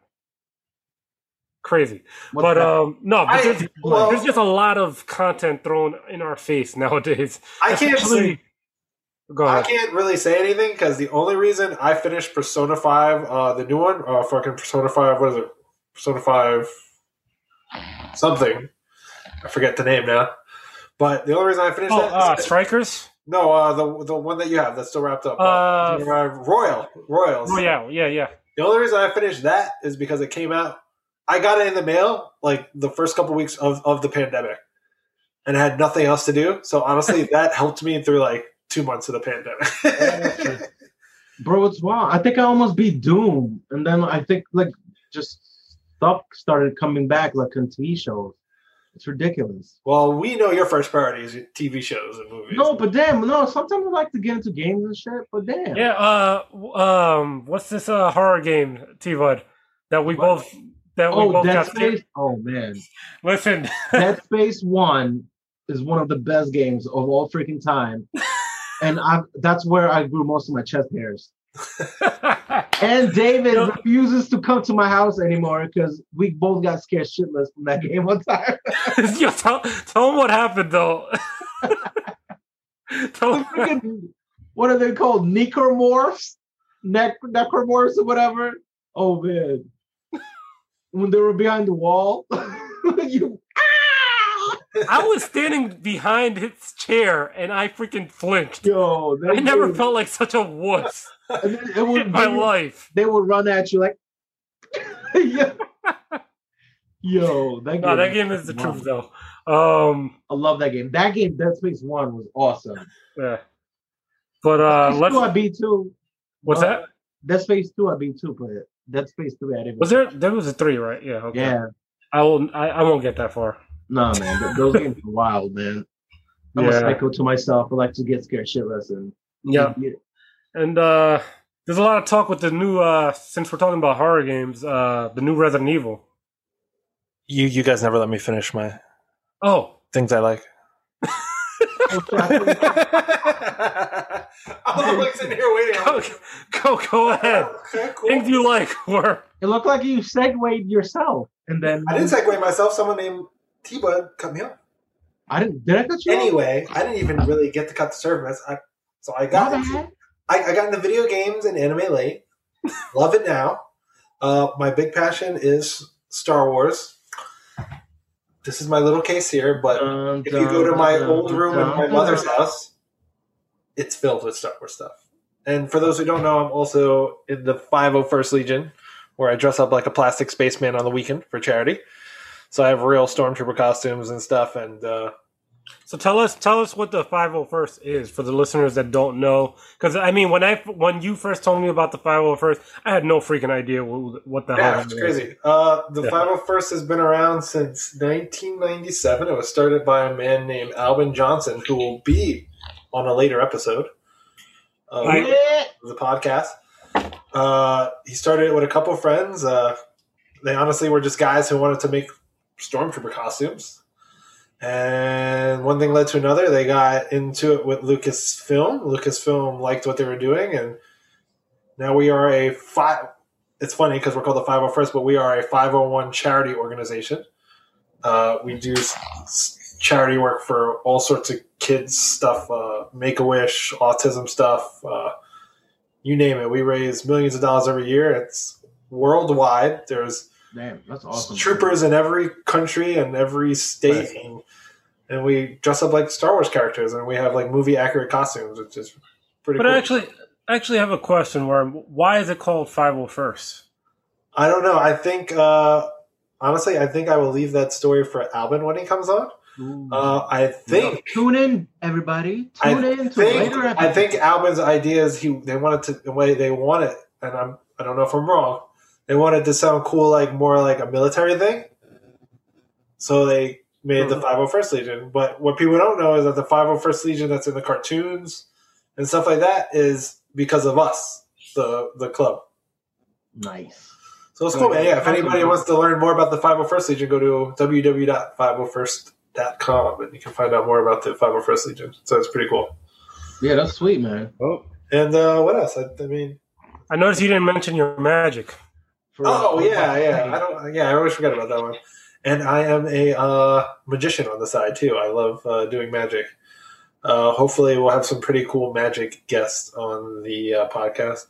[SPEAKER 3] Crazy,
[SPEAKER 2] what
[SPEAKER 3] but
[SPEAKER 2] the-
[SPEAKER 3] um, no, but
[SPEAKER 1] I-
[SPEAKER 3] there's,
[SPEAKER 1] well-
[SPEAKER 3] there's just a lot of content thrown in our face nowadays.
[SPEAKER 1] I can't
[SPEAKER 3] Especially-
[SPEAKER 1] say
[SPEAKER 3] Go
[SPEAKER 1] I
[SPEAKER 3] ahead.
[SPEAKER 1] can't really say anything because the only reason I finished Persona Five, uh, the new one, uh, fucking Persona Five, what is it? Persona Five, something. I forget the name now. But the only reason I finished
[SPEAKER 3] Oh,
[SPEAKER 1] that is
[SPEAKER 3] uh, Strikers.
[SPEAKER 1] No, uh, the the one that you have that's still wrapped up.
[SPEAKER 3] Uh,
[SPEAKER 1] Royal, Royals.
[SPEAKER 3] Oh yeah, yeah, yeah.
[SPEAKER 1] The only reason I finished that is because it came out. I got it in the mail like the first couple weeks of of the pandemic, and I had nothing else to do. So honestly, that helped me through like two months of the pandemic.
[SPEAKER 2] bro, it's wild. I think I almost beat Doom, and then I think like just stuff started coming back, like on TV shows. It's ridiculous.
[SPEAKER 1] well, we know your first priority is TV shows and movies.
[SPEAKER 2] No, but damn, no. Sometimes I like to get into games and shit, but damn.
[SPEAKER 3] Yeah. Uh, w- um, what's this uh, horror game, T Bud, that we
[SPEAKER 2] What?
[SPEAKER 3] both that we
[SPEAKER 2] Oh,
[SPEAKER 3] both
[SPEAKER 2] Dead
[SPEAKER 3] got?
[SPEAKER 2] Space. Oh man,
[SPEAKER 3] Listen,
[SPEAKER 2] Dead Space One is one of the best games of all freaking time, and I that's where I grew most of my chest hairs. And David
[SPEAKER 3] Yo.
[SPEAKER 2] refuses to come to my house anymore because we both got scared shitless from that game one time.
[SPEAKER 3] Yo, tell, tell him what happened though. tell
[SPEAKER 2] The
[SPEAKER 3] him.
[SPEAKER 2] freaking- what are they called? Necromorphs, Nec- necromorphs or whatever. Oh man, when they were behind the wall, you. Ah!
[SPEAKER 3] I was standing behind his chair and I freaking flinched.
[SPEAKER 2] Yo, that
[SPEAKER 3] I never
[SPEAKER 2] dude-
[SPEAKER 3] felt like such a wuss
[SPEAKER 2] And then it would
[SPEAKER 3] in my
[SPEAKER 2] be-
[SPEAKER 3] life.
[SPEAKER 2] They would run at you like, yo, yo that,
[SPEAKER 3] No, that
[SPEAKER 2] game,
[SPEAKER 3] game is the
[SPEAKER 2] Wow.
[SPEAKER 3] truth though. Um,
[SPEAKER 2] I love that game. That game, Dead Space One, was awesome.
[SPEAKER 3] yeah. But uh,
[SPEAKER 2] Dead Space
[SPEAKER 3] let's.
[SPEAKER 2] Two, I beat two.
[SPEAKER 3] What's
[SPEAKER 2] uh,
[SPEAKER 3] that?
[SPEAKER 2] Dead Space Two, I beat two, but Dead Space Three, I didn't.
[SPEAKER 3] Was there? There was a three, right? Yeah. Okay.
[SPEAKER 2] Yeah,
[SPEAKER 3] I will. I, I won't get that far.
[SPEAKER 2] no man, th- those games were wild, man. I'm
[SPEAKER 3] Yeah.
[SPEAKER 2] a psycho to myself. I like to get scared shitless and Hmm.
[SPEAKER 3] Yeah. And uh, there's a lot of talk with the new. Uh, since we're talking about horror games, uh, the new Resident Evil.
[SPEAKER 1] You you guys never let me finish my
[SPEAKER 3] Oh,
[SPEAKER 1] things I like.
[SPEAKER 2] Oh, shit, I couldn't-
[SPEAKER 1] I'm like sitting here waiting.
[SPEAKER 3] go go, go ahead.
[SPEAKER 1] Okay, cool.
[SPEAKER 3] Things you like were
[SPEAKER 2] it looked like you segued yourself, and then
[SPEAKER 1] I didn't segue myself. Someone named T Bud cut me off.
[SPEAKER 2] I didn't. Did I cut you? off?
[SPEAKER 1] Anyway, I didn't even really get to cut the service. I, so I
[SPEAKER 2] My
[SPEAKER 1] got into,
[SPEAKER 2] bad.
[SPEAKER 1] I, I got into video games and anime late. Love it now. Uh, my big passion is Star Wars. This is my little case here, but
[SPEAKER 2] Dun,
[SPEAKER 1] if you go to
[SPEAKER 2] dun,
[SPEAKER 1] my
[SPEAKER 2] dun,
[SPEAKER 1] old room in
[SPEAKER 2] dun,
[SPEAKER 1] my mother's
[SPEAKER 2] dun.
[SPEAKER 1] house, it's filled with Star Wars stuff. And for those who don't know, I'm also in the 501st Legion, where I dress up like a plastic spaceman on the weekend for charity. So I have real stormtrooper costumes and stuff. And uh,
[SPEAKER 3] So tell us, tell us what the five hundred first is for the listeners that don't know. Because I mean, when I when you first told me about the five hundred first, I had no freaking idea what, what the
[SPEAKER 1] yeah,
[SPEAKER 3] hell.
[SPEAKER 1] it's
[SPEAKER 3] that is.
[SPEAKER 1] crazy. Uh, the
[SPEAKER 3] Yeah.
[SPEAKER 1] 501st has been around since 1997. It was started by a man named Alvin Johnson, who will be on a later episode. Um,
[SPEAKER 3] I-
[SPEAKER 2] Yeah.
[SPEAKER 1] the podcast. Uh, he started it with a couple friends. Uh, they honestly were just guys who wanted to make stormtrooper costumes. And one thing led to another. They got into it with Lucasfilm. Lucasfilm liked what they were doing, and now we are a five. It's funny because we're called the 501st, but we are a 501 charity organization. Uh, we do s- s- charity work for all sorts of kids stuff, uh, Make a Wish, autism stuff, uh, you name it. We raise millions of dollars every year. It's worldwide. There's
[SPEAKER 2] Damn, that's awesome.
[SPEAKER 1] troopers in every country and every state, and, and we dress up like Star Wars characters, and we have like movie accurate costumes, which is pretty.
[SPEAKER 3] But
[SPEAKER 1] cool.
[SPEAKER 3] I actually, I actually have a question. Where why is it called five hundred first?
[SPEAKER 1] I don't know. I think uh, honestly, I think I will leave that story for Albin when he comes on.
[SPEAKER 2] Ooh.
[SPEAKER 1] Uh, I think
[SPEAKER 2] Tune in, everybody. Tune
[SPEAKER 1] I
[SPEAKER 2] in to
[SPEAKER 1] think,
[SPEAKER 2] later episodes.
[SPEAKER 1] I think Albin's idea is he they wanted to the way they want it, and I'm I don't know if I'm wrong. They wanted to sound cool, like more like a military thing. So they made the
[SPEAKER 3] Hmm.
[SPEAKER 1] 501st Legion. But what people don't know is that the 501st Legion that's in the cartoons and stuff like that is because of us, the the club.
[SPEAKER 2] nice.
[SPEAKER 1] So it's cool, man. Yeah, if
[SPEAKER 2] Awesome.
[SPEAKER 1] anybody wants to learn more about the 501st Legion, go to www.501st.com and you can find out more about the 501st Legion. So it's pretty cool.
[SPEAKER 2] Yeah, that's sweet, man.
[SPEAKER 3] Oh,
[SPEAKER 1] And uh, what else? I, I mean,
[SPEAKER 3] I noticed you didn't mention your magic.
[SPEAKER 2] For
[SPEAKER 1] Oh
[SPEAKER 2] real.
[SPEAKER 1] yeah, yeah. I don't. Yeah, I always forget about that one. And I am a uh, magician on the side too. I love uh, doing magic. Uh, hopefully, we'll have some pretty cool magic guests on the uh, podcast.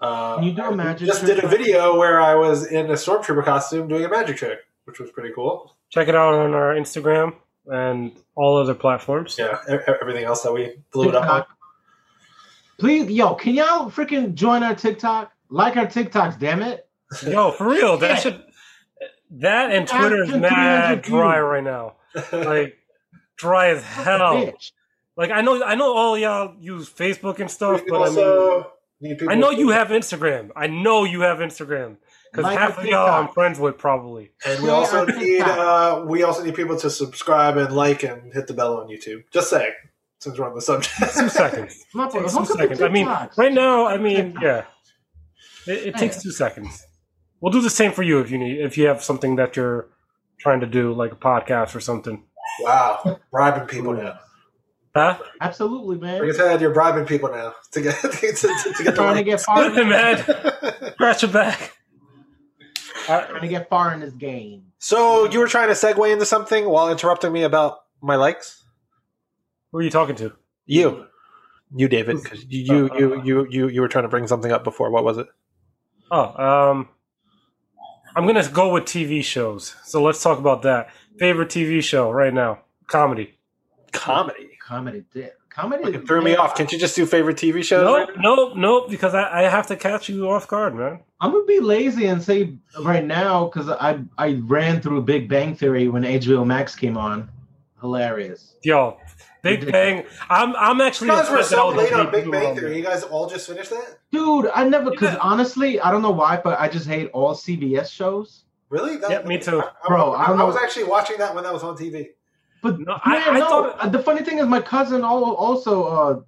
[SPEAKER 1] Uh,
[SPEAKER 2] Can you do a
[SPEAKER 1] I
[SPEAKER 2] magic
[SPEAKER 1] Just
[SPEAKER 2] trick?
[SPEAKER 1] did a video where I was in a stormtrooper costume doing a magic trick, which was pretty cool.
[SPEAKER 3] Check it out on our Instagram and all other platforms.
[SPEAKER 1] Yeah, e- e- everything else that we blew it up on.
[SPEAKER 2] TikTok. Please, yo, can y'all freaking join our TikTok? Like our TikToks, damn it.
[SPEAKER 3] Yo, for real, that should that and
[SPEAKER 2] After
[SPEAKER 3] Twitter's
[SPEAKER 2] 300
[SPEAKER 3] mad dry
[SPEAKER 2] views.
[SPEAKER 3] right now. Like dry as hell.
[SPEAKER 2] Bitch.
[SPEAKER 3] Like I know, I know all y'all use Facebook and
[SPEAKER 1] We
[SPEAKER 3] stuff,
[SPEAKER 1] can
[SPEAKER 3] but I mean.
[SPEAKER 1] also need people.
[SPEAKER 3] I know you have Instagram. I know you have Instagram because
[SPEAKER 2] Like
[SPEAKER 3] half
[SPEAKER 2] our
[SPEAKER 3] of y'all I'm
[SPEAKER 2] TikTok.
[SPEAKER 3] friends with probably.
[SPEAKER 1] And we
[SPEAKER 2] Share
[SPEAKER 1] also
[SPEAKER 2] our
[SPEAKER 1] need
[SPEAKER 2] TikTok.
[SPEAKER 1] uh, we also need people to subscribe and like and hit the bell on YouTube. Just saying, since we're on the subject.
[SPEAKER 3] Two seconds.
[SPEAKER 2] My boy,
[SPEAKER 3] Takes two
[SPEAKER 2] hook up the
[SPEAKER 3] seconds. I mean,
[SPEAKER 2] TikToks.
[SPEAKER 3] Right now, I mean,
[SPEAKER 2] TikTok.
[SPEAKER 3] yeah, it, it takes two seconds. We'll do the same for you if you need if you have something that you're trying to do, like a podcast or something.
[SPEAKER 1] wow, bribing people now.
[SPEAKER 3] Huh?
[SPEAKER 2] Absolutely, man.
[SPEAKER 1] Like I said, you're bribing people now to get to, to, to get the
[SPEAKER 2] trying to
[SPEAKER 1] money.
[SPEAKER 2] get far.
[SPEAKER 3] Listen, man, scratch your back.
[SPEAKER 2] trying to get far in this game.
[SPEAKER 1] So you were trying to segue into something while interrupting me about my likes.
[SPEAKER 3] Who are you talking to?
[SPEAKER 1] You, you, David, because you you you you you were trying to bring something up before. What was it?
[SPEAKER 3] Oh, um, I'm gonna go with TV shows. So let's talk about that. Favorite TV show right now? Comedy.
[SPEAKER 1] Comedy.
[SPEAKER 2] Comedy, di- Comedy
[SPEAKER 1] It threw me off. Can't you just do favorite TV shows?
[SPEAKER 3] Nope, nope, nope. Because I, I have to catch you off guard, man.
[SPEAKER 2] I'm gonna be lazy and say right now because I I ran through Big Bang Theory when HBO Max came on. Hilarious.
[SPEAKER 3] Yo, Big Bang. I'm I'm
[SPEAKER 1] You
[SPEAKER 3] actually
[SPEAKER 1] guys were
[SPEAKER 3] upset that
[SPEAKER 1] so
[SPEAKER 3] all these
[SPEAKER 1] late on
[SPEAKER 3] people
[SPEAKER 1] Big
[SPEAKER 3] were
[SPEAKER 1] Bang
[SPEAKER 3] on
[SPEAKER 1] Theory.
[SPEAKER 3] there.
[SPEAKER 1] You guys all just finished that?
[SPEAKER 2] Dude, I never because
[SPEAKER 3] Yeah.
[SPEAKER 2] honestly, I don't know why, but I just hate all CBS shows.
[SPEAKER 1] Really? That,
[SPEAKER 3] Yeah, me too.
[SPEAKER 1] I, I-
[SPEAKER 2] Bro, I
[SPEAKER 1] I,
[SPEAKER 2] don't
[SPEAKER 1] I was
[SPEAKER 2] know.
[SPEAKER 1] actually watching that when that was on TV.
[SPEAKER 2] But
[SPEAKER 3] No,
[SPEAKER 2] no,
[SPEAKER 3] I- I
[SPEAKER 2] no. uh,
[SPEAKER 3] thought-
[SPEAKER 2] the funny thing is my cousin al- also uh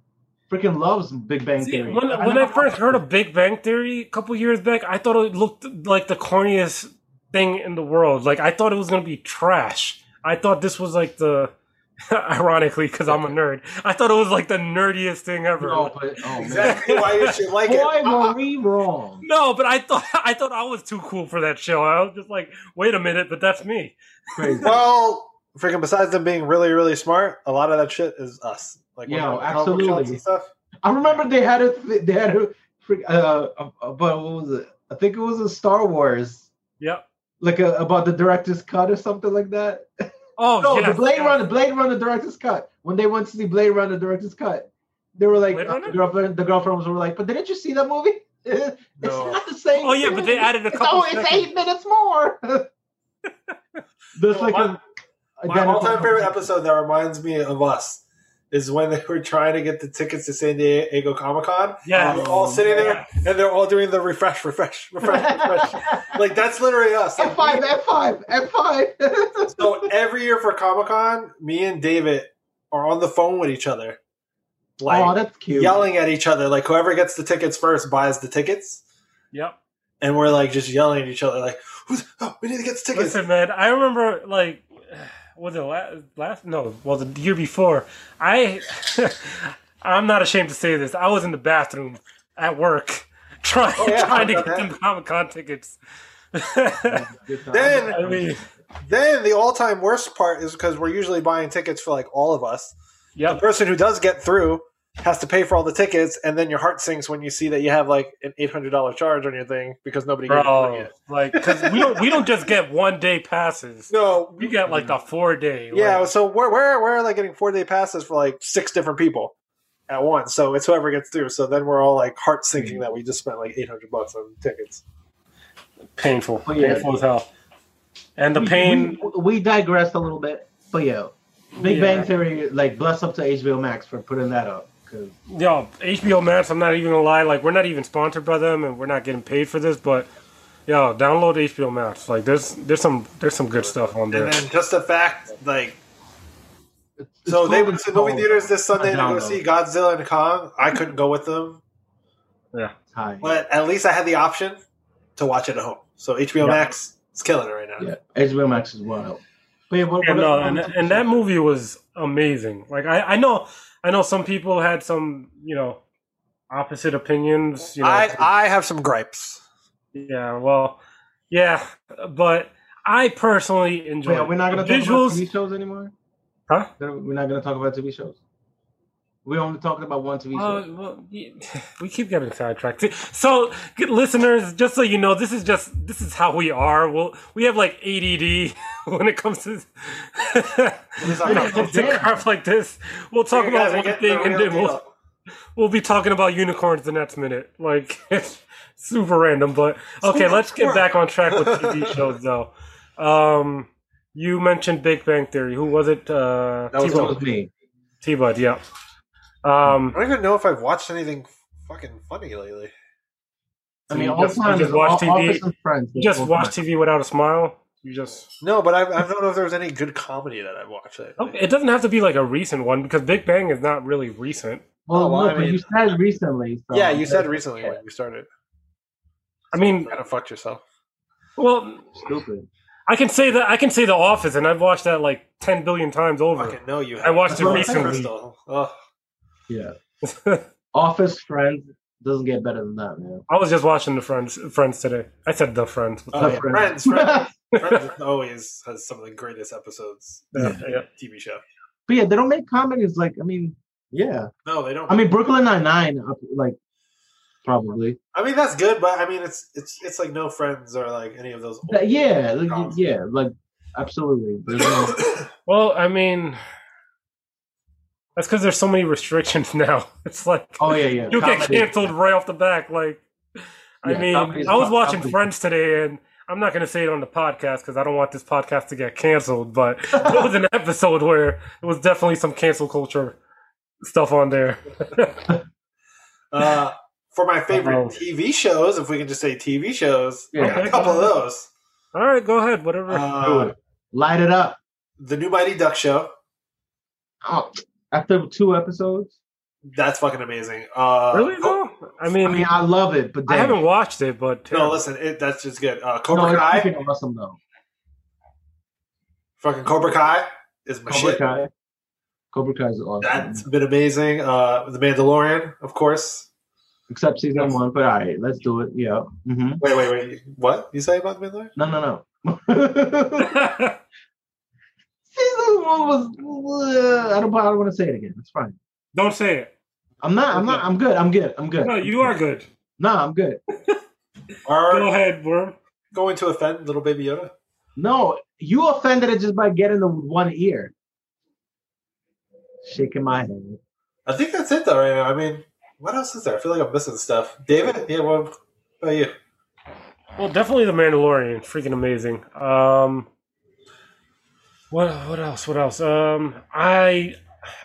[SPEAKER 2] freaking loves Big Bang
[SPEAKER 3] See,
[SPEAKER 2] Theory.
[SPEAKER 3] when, when I
[SPEAKER 2] never-
[SPEAKER 3] first heard of Big Bang Theory a couple years back, I thought it looked like the corniest thing in the world. Like I thought it was gonna be trash. I thought this was like the, ironically, because I'm a nerd. I thought it was like the nerdiest thing ever.
[SPEAKER 2] No, but, oh, man.
[SPEAKER 1] Exactly why you should like it.
[SPEAKER 2] Boy,
[SPEAKER 1] Uh,
[SPEAKER 2] were we wrong.
[SPEAKER 3] No, but I thought I thought I was too cool for that show. I was just like, wait a minute, but that's me.
[SPEAKER 2] Crazy.
[SPEAKER 1] well, freaking besides them being really, really smart, a lot of that shit is us. Like
[SPEAKER 2] Yeah,
[SPEAKER 1] when we're comic book
[SPEAKER 2] absolutely.
[SPEAKER 1] shops and stuff.
[SPEAKER 2] I remember they had a th- they had a freak- uh, uh, uh, but what was it? I think it was a Star Wars,
[SPEAKER 3] Yep.
[SPEAKER 2] like a, about the director's cut or something like that.
[SPEAKER 3] Oh,
[SPEAKER 2] no,
[SPEAKER 3] yes,
[SPEAKER 2] the Blade
[SPEAKER 3] yes.
[SPEAKER 2] Runner, Blade Runner director's cut. When they went to see Blade Runner director's cut, they were like
[SPEAKER 3] Blade
[SPEAKER 2] uh, the
[SPEAKER 3] Runner?
[SPEAKER 2] girlfriend, the girlfriends were like, "But didn't you see that movie? It's
[SPEAKER 1] No.
[SPEAKER 2] not the same."
[SPEAKER 3] Oh yeah, but they
[SPEAKER 2] thing.
[SPEAKER 3] added a
[SPEAKER 2] It's,
[SPEAKER 3] couple.
[SPEAKER 2] oh, it's
[SPEAKER 3] seconds.
[SPEAKER 2] eight minutes more. That's
[SPEAKER 1] No,
[SPEAKER 2] like
[SPEAKER 1] my-
[SPEAKER 2] a,
[SPEAKER 1] My all-time favorite episode that reminds me of us is when they were trying to get the tickets to San Diego Comic Con.
[SPEAKER 3] Yes.
[SPEAKER 2] Um,
[SPEAKER 1] We're all sitting there,
[SPEAKER 3] Yes.
[SPEAKER 1] and they're all doing the refresh, refresh, refresh, refresh. like that's literally us.
[SPEAKER 2] F
[SPEAKER 1] Like,
[SPEAKER 2] five, F five, F five.
[SPEAKER 1] so every year for Comic Con, me and David are on the phone with each other, like
[SPEAKER 2] Oh, that's cute.
[SPEAKER 1] yelling at each other. Like whoever gets the tickets first buys the tickets,
[SPEAKER 3] Yep.
[SPEAKER 1] and we're like just yelling at each other, like, "Who's? Oh, we need to get the tickets."
[SPEAKER 3] Listen, man, I remember like was it last, last no, well the year before. I I'm not ashamed to say this. I was in the bathroom at work trying
[SPEAKER 1] Oh, yeah,
[SPEAKER 3] trying to
[SPEAKER 1] I
[SPEAKER 3] get
[SPEAKER 1] remember
[SPEAKER 3] them Comic Con tickets.
[SPEAKER 2] Good time.
[SPEAKER 1] Then-
[SPEAKER 3] I mean,
[SPEAKER 1] Then the all-time worst part is because we're usually buying tickets for like all of us. the
[SPEAKER 3] yep.
[SPEAKER 1] person who does get through has to pay for all the tickets, and then your heart sinks when you see that you have like an eight hundred dollar charge on your thing because nobody gave you money
[SPEAKER 3] Bro,
[SPEAKER 1] yet.
[SPEAKER 3] like, cause we don't we don't just get one day passes.
[SPEAKER 1] No,
[SPEAKER 3] We get like the four day.
[SPEAKER 1] yeah.
[SPEAKER 3] like,
[SPEAKER 1] So we're we're we're like getting four day passes for like six different people at once. So it's whoever gets through. So then we're all like heart sinking that we just spent like eight hundred bucks on tickets.
[SPEAKER 3] painful,
[SPEAKER 2] Oh, yeah.
[SPEAKER 3] painful as hell. And the
[SPEAKER 2] We-
[SPEAKER 3] pain.
[SPEAKER 2] We, we digressed a little bit, but yeah, Big
[SPEAKER 3] Yeah.
[SPEAKER 2] Bang Theory. Like, bless up to HBO Max for putting that up. Cause
[SPEAKER 3] Yo, HBO Max, I'm not even gonna lie, like we're not even sponsored by them and we're not getting paid for this, but yo, download HBO Max. Like there's there's some there's some good stuff on there.
[SPEAKER 1] And then just the fact like
[SPEAKER 2] it's,
[SPEAKER 1] so
[SPEAKER 2] it's
[SPEAKER 1] they
[SPEAKER 2] cool
[SPEAKER 1] went to
[SPEAKER 2] and cold.
[SPEAKER 1] movie theaters this Sunday
[SPEAKER 2] I
[SPEAKER 1] to go
[SPEAKER 2] download.
[SPEAKER 1] see Godzilla and Kong. I couldn't go with them,
[SPEAKER 2] Hi.
[SPEAKER 1] but at least I had the option to watch it at home. So HBO
[SPEAKER 3] Yeah.
[SPEAKER 1] Max is killing it right now.
[SPEAKER 2] Yeah, HBO Max is wild. But yeah, what,
[SPEAKER 3] and,
[SPEAKER 2] what
[SPEAKER 3] uh,
[SPEAKER 2] else-
[SPEAKER 3] and, and that movie was amazing. Like I, I know I know some people had some, you know, opposite opinions, you know.
[SPEAKER 1] I, I have some gripes.
[SPEAKER 3] yeah, well yeah, but I personally enjoy
[SPEAKER 2] Wait, we're not gonna talk about
[SPEAKER 3] visuals.
[SPEAKER 2] TV shows anymore.
[SPEAKER 3] Huh?
[SPEAKER 2] We're not gonna talk about TV shows. We're only talking about one TV
[SPEAKER 3] Uh,
[SPEAKER 2] show.
[SPEAKER 3] well, y- we keep getting sidetracked. So, good listeners, just so you know, this is just this is how we are. Well, we have like ADD when it comes to when it comes to
[SPEAKER 2] Yeah.
[SPEAKER 3] crap like this. We'll talk
[SPEAKER 1] You guys
[SPEAKER 3] about
[SPEAKER 1] are
[SPEAKER 3] one
[SPEAKER 1] getting
[SPEAKER 3] thing
[SPEAKER 1] the
[SPEAKER 3] and
[SPEAKER 1] real
[SPEAKER 3] then we'll
[SPEAKER 1] deal.
[SPEAKER 3] we'll be talking about unicorns the next minute. Like it's super random, but okay, let's get back on track with TV shows though. Um, you mentioned Big Bang Theory. Who was it? Uh,
[SPEAKER 2] That was, that was
[SPEAKER 3] T-Bud.
[SPEAKER 2] me.
[SPEAKER 3] T-Bud. Yeah. Um,
[SPEAKER 1] I don't even know if I've watched anything fucking funny lately.
[SPEAKER 2] I
[SPEAKER 3] So
[SPEAKER 2] mean,
[SPEAKER 3] you
[SPEAKER 2] all
[SPEAKER 3] just- you
[SPEAKER 2] time
[SPEAKER 3] just
[SPEAKER 2] is
[SPEAKER 3] watch
[SPEAKER 2] all,
[SPEAKER 3] TV?
[SPEAKER 2] Office and Friends.
[SPEAKER 3] you just
[SPEAKER 2] All
[SPEAKER 3] watch
[SPEAKER 2] time.
[SPEAKER 3] TV without a smile. You just
[SPEAKER 1] No, but I, I don't know if there was any good comedy that I've watched lately.
[SPEAKER 3] Okay, It doesn't have to be like a recent one because Big Bang is not really recent.
[SPEAKER 2] Well,
[SPEAKER 1] Oh, well,
[SPEAKER 2] no,
[SPEAKER 1] I
[SPEAKER 2] but
[SPEAKER 1] mean-
[SPEAKER 2] you said recently. So
[SPEAKER 1] yeah, you said recently
[SPEAKER 2] yeah.
[SPEAKER 1] when you started.
[SPEAKER 3] I mean,
[SPEAKER 1] You kind of fucked yourself.
[SPEAKER 3] well,
[SPEAKER 2] Stupid.
[SPEAKER 3] I can say that I can say The Office, and I've watched that like ten billion times over.
[SPEAKER 1] Fucking no, you.
[SPEAKER 3] I
[SPEAKER 1] haven't.
[SPEAKER 3] watched
[SPEAKER 2] it
[SPEAKER 1] Oh, uh,
[SPEAKER 2] recently.
[SPEAKER 1] Crystal. Ugh.
[SPEAKER 2] Yeah. Office Friends doesn't get better than that, man.
[SPEAKER 3] I was just watching the Friends Friends today. I said the Friends.
[SPEAKER 1] Oh, yeah.
[SPEAKER 2] Friends.
[SPEAKER 1] Friends, Friends, Friends always has some of the greatest episodes.
[SPEAKER 3] Yeah,
[SPEAKER 1] of
[SPEAKER 3] yeah.
[SPEAKER 1] TV show.
[SPEAKER 2] But yeah, they don't make comedies like I mean, yeah.
[SPEAKER 1] No, they don't.
[SPEAKER 2] I mean Brooklyn Nine Nine, like probably.
[SPEAKER 1] I mean that's good, but I mean it's it's it's like no Friends or like any of those.
[SPEAKER 2] That-
[SPEAKER 1] old-
[SPEAKER 2] yeah, like, yeah, like absolutely. There's no-
[SPEAKER 3] Well, I mean, That's because there's so many restrictions now. It's like
[SPEAKER 2] Oh yeah, yeah.
[SPEAKER 3] you get
[SPEAKER 2] Comedy.
[SPEAKER 3] canceled right off the back. Like, I
[SPEAKER 2] Yeah,
[SPEAKER 3] mean,
[SPEAKER 2] comedy's
[SPEAKER 3] I was
[SPEAKER 2] not-
[SPEAKER 3] watching
[SPEAKER 2] comedy.
[SPEAKER 3] Friends today, and I'm not going to say it on the podcast because I don't want this podcast to get canceled. But it was an episode where there was definitely some cancel culture stuff on there.
[SPEAKER 1] Uh, for my favorite
[SPEAKER 3] Uh-oh.
[SPEAKER 1] TV shows, if we can just say TV shows,
[SPEAKER 2] Yeah.
[SPEAKER 1] a couple of those.
[SPEAKER 3] All right, go ahead. Whatever.
[SPEAKER 1] Uh,
[SPEAKER 2] Light it up.
[SPEAKER 1] the New Mighty Duck Show.
[SPEAKER 2] Oh, after two episodes.
[SPEAKER 1] That's fucking amazing. Uh,
[SPEAKER 3] really
[SPEAKER 1] Co-
[SPEAKER 3] though? I
[SPEAKER 2] I
[SPEAKER 3] mean,
[SPEAKER 2] mean, I love it, but
[SPEAKER 3] I
[SPEAKER 2] damn.
[SPEAKER 3] haven't watched it, but
[SPEAKER 1] no, listen, it, that's just good. Uh,
[SPEAKER 2] No,
[SPEAKER 1] Cobra
[SPEAKER 2] it's
[SPEAKER 1] Kai.
[SPEAKER 2] freaking awesome though.
[SPEAKER 1] Fucking Cobra Kai is my
[SPEAKER 2] Cobra
[SPEAKER 1] shit.
[SPEAKER 2] Kai. Cobra Kai is awesome.
[SPEAKER 1] That's been amazing. Uh, the Mandalorian, of course.
[SPEAKER 2] Except season one, but all right, let's do it. Yeah. hmm
[SPEAKER 1] Wait, wait, wait. What you say about the Mandalorian?
[SPEAKER 2] No, no, no. Season one was. uh, I don't. I don't want to say it again. It's fine.
[SPEAKER 3] don't say it.
[SPEAKER 2] I'm not. I'm not. I'm good. I'm good. I'm good.
[SPEAKER 3] No, you are good.
[SPEAKER 2] No, I'm good.
[SPEAKER 3] Go
[SPEAKER 1] Are
[SPEAKER 3] ahead, Worm.
[SPEAKER 1] going to offend little baby Yoda?
[SPEAKER 2] No, you offended it just by getting the one ear. Shaking my head.
[SPEAKER 1] I think that's it though. Right now, I mean, what else is there? I feel like I'm missing stuff. David, yeah, well, about you?
[SPEAKER 3] Well, definitely the Mandalorian, freaking amazing. Um, what what else? What else? Um, I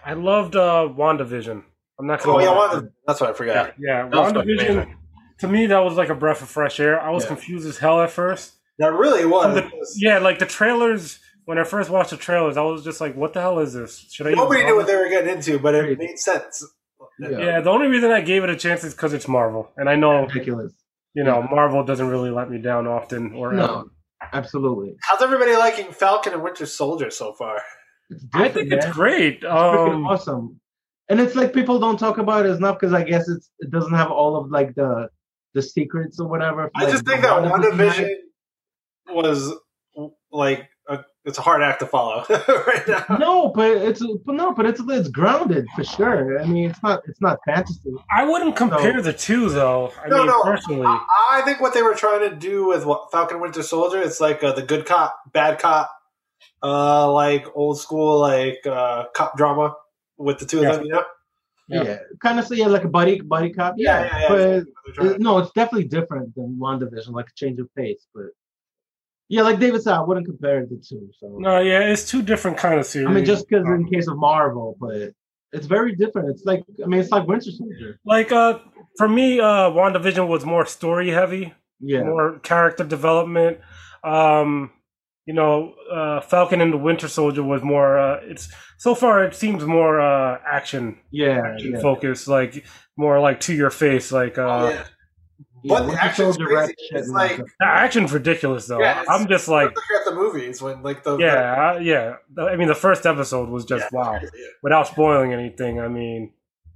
[SPEAKER 3] I loved uh, Wandavision. I'm not gonna.
[SPEAKER 1] Oh yeah,
[SPEAKER 3] lie.
[SPEAKER 1] Wanda, that's what I forgot.
[SPEAKER 3] yeah,
[SPEAKER 1] That was fucking
[SPEAKER 3] Wandavision. To me, that was like a breath of fresh air. I was
[SPEAKER 1] Yeah.
[SPEAKER 3] confused as hell at first.
[SPEAKER 1] That really was.
[SPEAKER 3] Yeah, like the trailers. When I first watched the trailers, I was just like, "What the hell is this?" Should I? even
[SPEAKER 1] Nobody knew
[SPEAKER 3] bother?
[SPEAKER 1] what they were getting into, but it
[SPEAKER 2] Crazy.
[SPEAKER 1] made sense.
[SPEAKER 2] Yeah.
[SPEAKER 3] Yeah, the only reason I gave it a chance is because it's Marvel, and I know
[SPEAKER 2] Ridiculous.
[SPEAKER 3] you know Marvel doesn't really let me down often. Or
[SPEAKER 2] No, absolutely.
[SPEAKER 1] How's everybody liking Falcon and Winter Soldier so far?
[SPEAKER 2] It's
[SPEAKER 3] I
[SPEAKER 2] different,
[SPEAKER 3] think
[SPEAKER 2] man.
[SPEAKER 3] it's great.
[SPEAKER 2] freaking
[SPEAKER 3] Um,
[SPEAKER 2] awesome. And it's like people don't talk about it enough because I guess it's it doesn't have all of like the the secrets or whatever.
[SPEAKER 1] I just think that WandaVision was like a, it's a hard act to follow right now.
[SPEAKER 2] No, but it's but no, but it's it's grounded for sure. I mean, it's not it's not fantasy.
[SPEAKER 3] I wouldn't compare
[SPEAKER 2] No.
[SPEAKER 3] the two though. I
[SPEAKER 1] No,
[SPEAKER 3] mean,
[SPEAKER 1] no.
[SPEAKER 3] personally,
[SPEAKER 1] I, I think what they were trying to do with Wa- Falcon Winter Soldier, it's like uh, the good cop, bad cop, uh, like old school, like uh, cop drama with the two of
[SPEAKER 3] Yeah.
[SPEAKER 1] them. You know,
[SPEAKER 3] Yeah.
[SPEAKER 2] Yeah, kind of so yeah, like a buddy buddy cop.
[SPEAKER 1] Yeah, yeah, yeah.
[SPEAKER 2] But
[SPEAKER 1] They're trying
[SPEAKER 2] it- no, it's definitely different than WandaVision, like a change of pace. But yeah, like David said, I wouldn't compare the two. So
[SPEAKER 3] no, yeah, it's two different kind of series. Um,
[SPEAKER 2] I mean, just because in case of Marvel, but it's very different. It's like I mean, it's like Winter Soldier.
[SPEAKER 3] like uh, for me, uh, WandaVision was more story heavy,
[SPEAKER 2] Yeah.
[SPEAKER 3] more character development. Um, you know, uh, Falcon and the Winter Soldier was more. Uh, it's so far it seems more uh, action
[SPEAKER 2] Yeah, yeah.
[SPEAKER 3] focused, like more like to your face, like. Uh,
[SPEAKER 1] to- Oh, yeah. But the
[SPEAKER 2] Winter
[SPEAKER 1] action's
[SPEAKER 2] Soldier
[SPEAKER 1] crazy.
[SPEAKER 2] rap shit
[SPEAKER 1] It's
[SPEAKER 2] and
[SPEAKER 1] like-
[SPEAKER 2] that.
[SPEAKER 3] The action's ridiculous though.
[SPEAKER 1] Yeah, it's-
[SPEAKER 3] I'm just like,
[SPEAKER 1] Look at the movies when like the
[SPEAKER 3] yeah, I, yeah. I mean, the first episode was
[SPEAKER 1] Yeah,
[SPEAKER 3] just
[SPEAKER 1] it's
[SPEAKER 3] wow.
[SPEAKER 1] crazy, yeah.
[SPEAKER 3] Without spoiling anything, I mean,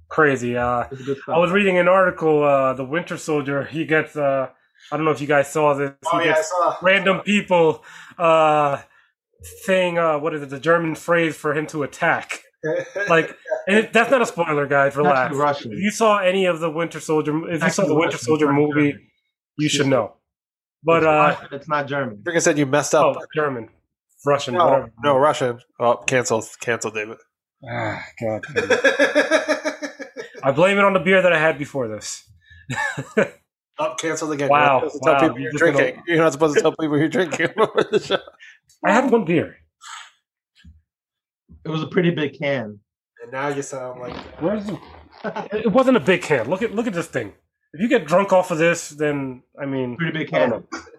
[SPEAKER 3] crazy. Uh,
[SPEAKER 2] It's good stuff.
[SPEAKER 3] I was reading an article. Uh, the Winter Soldier. He gets. Uh, I don't know if you guys saw this.
[SPEAKER 1] Oh
[SPEAKER 3] he
[SPEAKER 1] yeah, I
[SPEAKER 3] gets
[SPEAKER 1] saw.
[SPEAKER 3] random people uh, saying uh, what is it? The German phrase for him to attack. Like, and it, that's not a spoiler, guys.
[SPEAKER 2] It's
[SPEAKER 3] Relax.
[SPEAKER 2] actually Russian.
[SPEAKER 3] If you saw any of the Winter Soldier, if you saw
[SPEAKER 2] Actually
[SPEAKER 3] the Winter
[SPEAKER 2] Russian,
[SPEAKER 3] Soldier
[SPEAKER 2] it's not
[SPEAKER 3] movie,
[SPEAKER 2] German.
[SPEAKER 3] you should know. But
[SPEAKER 2] it's
[SPEAKER 3] uh,
[SPEAKER 2] Russian, it's not German.
[SPEAKER 1] Freaking said you messed
[SPEAKER 3] oh,
[SPEAKER 1] up.
[SPEAKER 3] German, Russian,
[SPEAKER 1] no,
[SPEAKER 3] whatever.
[SPEAKER 1] no, Russian. Oh, cancel, cancel, David.
[SPEAKER 3] Ah, God.
[SPEAKER 1] oh,
[SPEAKER 3] I blame it on the beer that I had before this.
[SPEAKER 1] Oh, canceled again.
[SPEAKER 3] Wow,
[SPEAKER 1] You're not supposed to tell
[SPEAKER 3] wow,
[SPEAKER 1] people
[SPEAKER 3] you're
[SPEAKER 1] you're
[SPEAKER 3] just gonna-
[SPEAKER 1] drinking. You're not supposed to tell people you're drinking over the show.
[SPEAKER 3] I had one beer.
[SPEAKER 2] It was a pretty big can.
[SPEAKER 1] And now you sound like
[SPEAKER 3] Where's the? It wasn't a big can. Look at look at this thing. If you get drunk off of this, then I mean,
[SPEAKER 2] Pretty big
[SPEAKER 3] I don't
[SPEAKER 2] can.
[SPEAKER 1] Oh.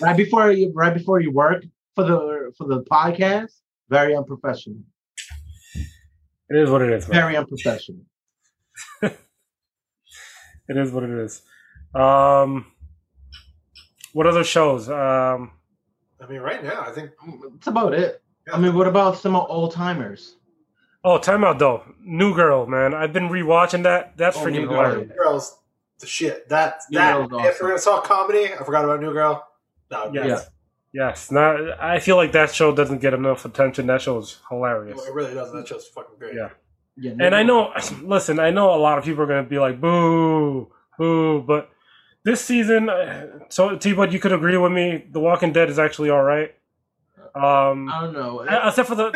[SPEAKER 2] Right before you, right before you work for the for the podcast, very unprofessional.
[SPEAKER 3] know. it is what it is. Man.
[SPEAKER 2] Very unprofessional.
[SPEAKER 3] It is what it is. Um, what other shows? Um,
[SPEAKER 1] I mean, right now, I think
[SPEAKER 2] That's about it. I mean, what about some old timers?
[SPEAKER 3] oh, Time Out though. New Girl, man. I've been rewatching that. That's
[SPEAKER 2] Oh,
[SPEAKER 3] freaking
[SPEAKER 2] New Girl.
[SPEAKER 3] hilarious.
[SPEAKER 1] Girl's the shit. That
[SPEAKER 2] New
[SPEAKER 1] that
[SPEAKER 2] Girl's
[SPEAKER 1] if
[SPEAKER 2] awesome.
[SPEAKER 1] we're gonna talk comedy, I forgot about New Girl. That would be
[SPEAKER 3] Yes. Yes, not, I feel like that show doesn't get enough attention. That show is hilarious.
[SPEAKER 1] it really doesn't. That show's fucking great.
[SPEAKER 3] Yeah.
[SPEAKER 2] Yeah,
[SPEAKER 3] And I know, listen, I know a lot of people are going to be like, boo, boo, but this season, uh, so T Bud, you could agree with me,
[SPEAKER 2] Uh,
[SPEAKER 3] The Walking Dead is actually all right. Um,
[SPEAKER 2] I don't know.
[SPEAKER 3] except for the,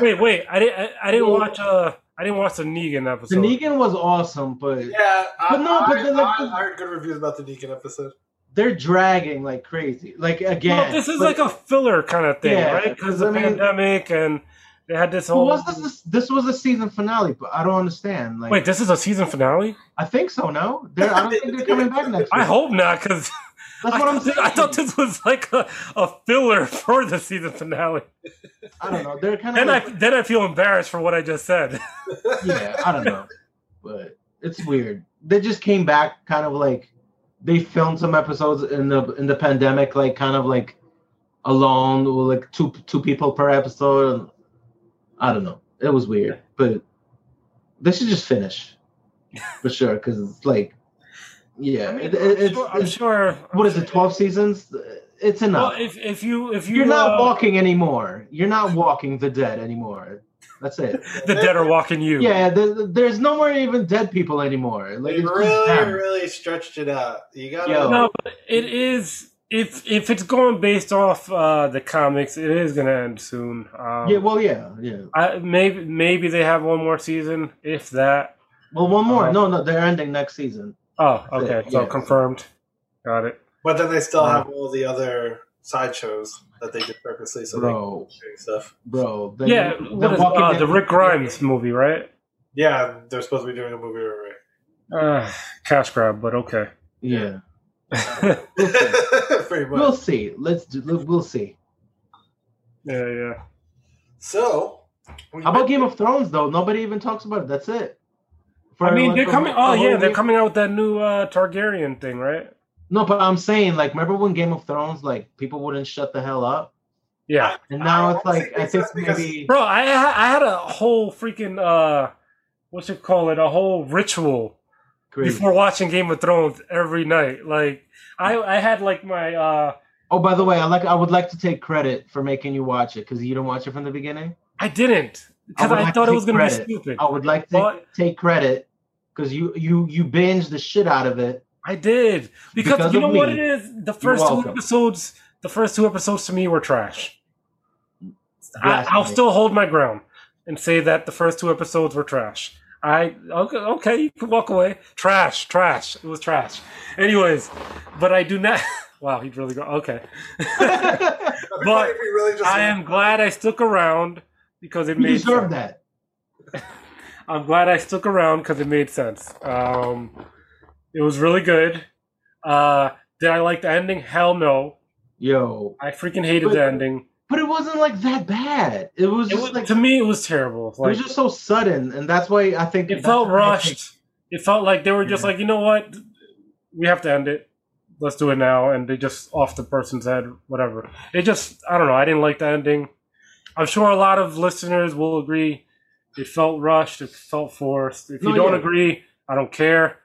[SPEAKER 3] wait, wait. I didn't. I, I didn't watch. Uh, I didn't watch the Negan
[SPEAKER 2] The
[SPEAKER 3] episode.
[SPEAKER 2] Negan was awesome, but
[SPEAKER 1] Yeah,
[SPEAKER 2] But
[SPEAKER 1] I,
[SPEAKER 2] no,
[SPEAKER 1] I,
[SPEAKER 2] but then, like,
[SPEAKER 1] I-
[SPEAKER 2] the-
[SPEAKER 1] I heard good reviews about the Deacon episode.
[SPEAKER 2] they're dragging like crazy. Like again,
[SPEAKER 3] Well, this is
[SPEAKER 2] but-
[SPEAKER 3] like a filler kind of thing,
[SPEAKER 2] Yeah,
[SPEAKER 3] right? Because the
[SPEAKER 2] I mean-
[SPEAKER 3] pandemic and they had this
[SPEAKER 2] But
[SPEAKER 3] whole.
[SPEAKER 2] was this? This was a season finale, but I don't understand. Like,
[SPEAKER 3] Wait, this is a season finale?
[SPEAKER 2] I think so. No, they're, I don't think they're coming back next. Week.
[SPEAKER 3] I hope not, because
[SPEAKER 2] That's what I'm saying.
[SPEAKER 3] I thought this was like a, a filler for the season finale.
[SPEAKER 2] I don't know. They're kind of.
[SPEAKER 3] Then I then I feel embarrassed for what I just said.
[SPEAKER 2] yeah, I don't know, but it's weird. They just came back, kind of like they filmed some episodes in the in the pandemic, like kind of like alone, with like two two people per episode. And I don't know. It was weird, but they should just finish for sure because it's like, yeah, it, it, it's,
[SPEAKER 3] I'm sure. I'm
[SPEAKER 2] it's-
[SPEAKER 3] sure
[SPEAKER 2] what is it? Twelve seasons? It's
[SPEAKER 3] Well,
[SPEAKER 2] enough.
[SPEAKER 3] if if you if you
[SPEAKER 2] You're not
[SPEAKER 3] uh,
[SPEAKER 2] walking anymore. You're not walking the dead anymore. That's it.
[SPEAKER 3] the dead are walking you.
[SPEAKER 2] Yeah, there, there's no more even dead people anymore. Like
[SPEAKER 1] They
[SPEAKER 2] it's just
[SPEAKER 1] really,
[SPEAKER 2] them.
[SPEAKER 1] really stretched it out. You
[SPEAKER 2] Yo.
[SPEAKER 1] gotta.
[SPEAKER 3] No, but it is. If if it's going based off uh, the comics, it is going to end soon. Um,
[SPEAKER 2] yeah, well, yeah, yeah.
[SPEAKER 3] I, maybe maybe they have one more season, if that.
[SPEAKER 2] Well, one more.
[SPEAKER 3] Uh,
[SPEAKER 2] no, no, they're ending next season.
[SPEAKER 3] Oh,
[SPEAKER 2] it,
[SPEAKER 3] okay, so
[SPEAKER 2] yeah.
[SPEAKER 3] confirmed. Got it.
[SPEAKER 1] But then they still
[SPEAKER 3] No.
[SPEAKER 1] have all the other sideshows that they did purposely so they can
[SPEAKER 2] Bro,
[SPEAKER 1] do stuff.
[SPEAKER 2] bro. They,
[SPEAKER 3] yeah,
[SPEAKER 2] they're
[SPEAKER 3] what is,
[SPEAKER 2] Walking
[SPEAKER 3] uh,
[SPEAKER 2] Dead-
[SPEAKER 3] the Rick Grimes movie, right?
[SPEAKER 1] Yeah, they're supposed to be doing a movie right
[SPEAKER 3] Uh, cash grab, but okay.
[SPEAKER 2] Yeah,
[SPEAKER 3] yeah,
[SPEAKER 2] we'll see.
[SPEAKER 1] away. Pretty much.
[SPEAKER 2] we'll see. Let's do. We'll see.
[SPEAKER 3] yeah.
[SPEAKER 1] so.
[SPEAKER 2] How about Game of Thrones though? Nobody even talks about it. That's it. For
[SPEAKER 3] I mean,
[SPEAKER 2] everyone
[SPEAKER 3] they're
[SPEAKER 2] from-
[SPEAKER 3] coming. Oh,
[SPEAKER 2] the whole
[SPEAKER 3] yeah, they're
[SPEAKER 2] week-
[SPEAKER 3] coming out with that new uh, Targaryen thing, right?
[SPEAKER 2] No, but I'm saying, like, remember when Game of Thrones, like, people wouldn't shut the hell up,
[SPEAKER 3] Yeah,
[SPEAKER 2] and
[SPEAKER 1] I
[SPEAKER 2] now it's
[SPEAKER 1] honestly
[SPEAKER 2] like,
[SPEAKER 1] think
[SPEAKER 2] I think
[SPEAKER 1] that's because-
[SPEAKER 2] maybe.
[SPEAKER 3] bro i ha- i had a whole freaking uh what's it call it a whole ritual
[SPEAKER 2] Crazy.
[SPEAKER 3] before watching game of thrones every night like i i had like my uh
[SPEAKER 2] Oh, by the way, I like. I would like to take credit for making you watch it because you didn't watch it from the beginning.
[SPEAKER 3] i didn't because
[SPEAKER 2] I would
[SPEAKER 3] i,
[SPEAKER 2] like
[SPEAKER 3] thought
[SPEAKER 2] to
[SPEAKER 3] it was
[SPEAKER 2] take
[SPEAKER 3] gonna
[SPEAKER 2] credit.
[SPEAKER 3] be stupid
[SPEAKER 2] I would like to
[SPEAKER 3] What?
[SPEAKER 2] take credit because you you you binged the shit out of it.
[SPEAKER 3] i did because,
[SPEAKER 2] Because
[SPEAKER 3] you
[SPEAKER 2] of
[SPEAKER 3] know what
[SPEAKER 2] me.
[SPEAKER 3] it is the first two
[SPEAKER 2] welcome.
[SPEAKER 3] episodes the first two episodes to me were trash I,
[SPEAKER 2] Blast
[SPEAKER 3] i'll
[SPEAKER 2] me.
[SPEAKER 3] still hold my ground and say that the first two episodes were trash I okay, okay, you can walk away. Trash, trash. It was trash. Anyways, but I do not. Wow, he'd really go. Okay,
[SPEAKER 1] Everybody really just
[SPEAKER 3] I am glad I stuck around because it
[SPEAKER 2] you
[SPEAKER 3] made
[SPEAKER 2] deserve
[SPEAKER 3] sense.
[SPEAKER 2] that.
[SPEAKER 3] I'm glad I stuck around because it made sense. Um, it was really good. Uh, did I like the ending? Hell no.
[SPEAKER 2] Yo,
[SPEAKER 3] I freaking hated
[SPEAKER 2] But-
[SPEAKER 3] the ending.
[SPEAKER 2] but it wasn't like that bad. It was
[SPEAKER 3] It
[SPEAKER 2] just
[SPEAKER 3] was,
[SPEAKER 2] like
[SPEAKER 3] to me, it was terrible.
[SPEAKER 2] it
[SPEAKER 3] Like
[SPEAKER 2] was just so sudden, and that's why I think
[SPEAKER 3] it
[SPEAKER 2] that's
[SPEAKER 3] felt
[SPEAKER 2] why I think-
[SPEAKER 3] rushed. It felt like they were just
[SPEAKER 2] Yeah.
[SPEAKER 3] like, you know what, we have to end it. Let's do it now, and they just off the person's head, whatever. It just, I don't know. I didn't like the ending. I'm sure a lot of listeners will agree. It felt rushed. It felt forced. If you
[SPEAKER 2] No,
[SPEAKER 3] don't
[SPEAKER 2] yeah.
[SPEAKER 3] agree, I don't care.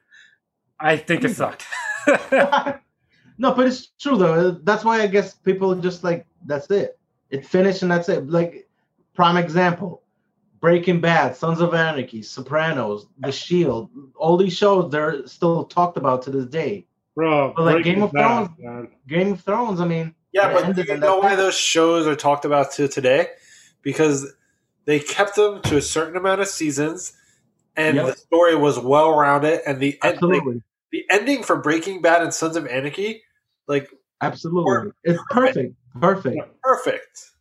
[SPEAKER 3] I think it sucked.
[SPEAKER 2] no, but it's true though. That's why I guess people just like that's it. It finished and that's it. Like prime example, Breaking Bad, Sons of Anarchy, Sopranos, The Shield. All these shows they're still talked about to this day.
[SPEAKER 3] Bro,
[SPEAKER 2] But, like,
[SPEAKER 3] Breaking
[SPEAKER 2] Game of
[SPEAKER 3] Bad,
[SPEAKER 2] Thrones-
[SPEAKER 3] man.
[SPEAKER 2] Game of Thrones. I mean,
[SPEAKER 1] Yeah,
[SPEAKER 2] Yeah,
[SPEAKER 1] but
[SPEAKER 2] and
[SPEAKER 1] do
[SPEAKER 2] then
[SPEAKER 1] you know
[SPEAKER 2] that's
[SPEAKER 1] why
[SPEAKER 2] it.
[SPEAKER 1] those shows are talked about to today? Because they kept them to a certain amount of seasons, and
[SPEAKER 2] Yep.
[SPEAKER 1] the story was well rounded. And the end, like,
[SPEAKER 2] absolutely,
[SPEAKER 1] the ending for Breaking Bad and Sons of Anarchy, like
[SPEAKER 2] absolutely, it's perfect, perfect.
[SPEAKER 1] perfect.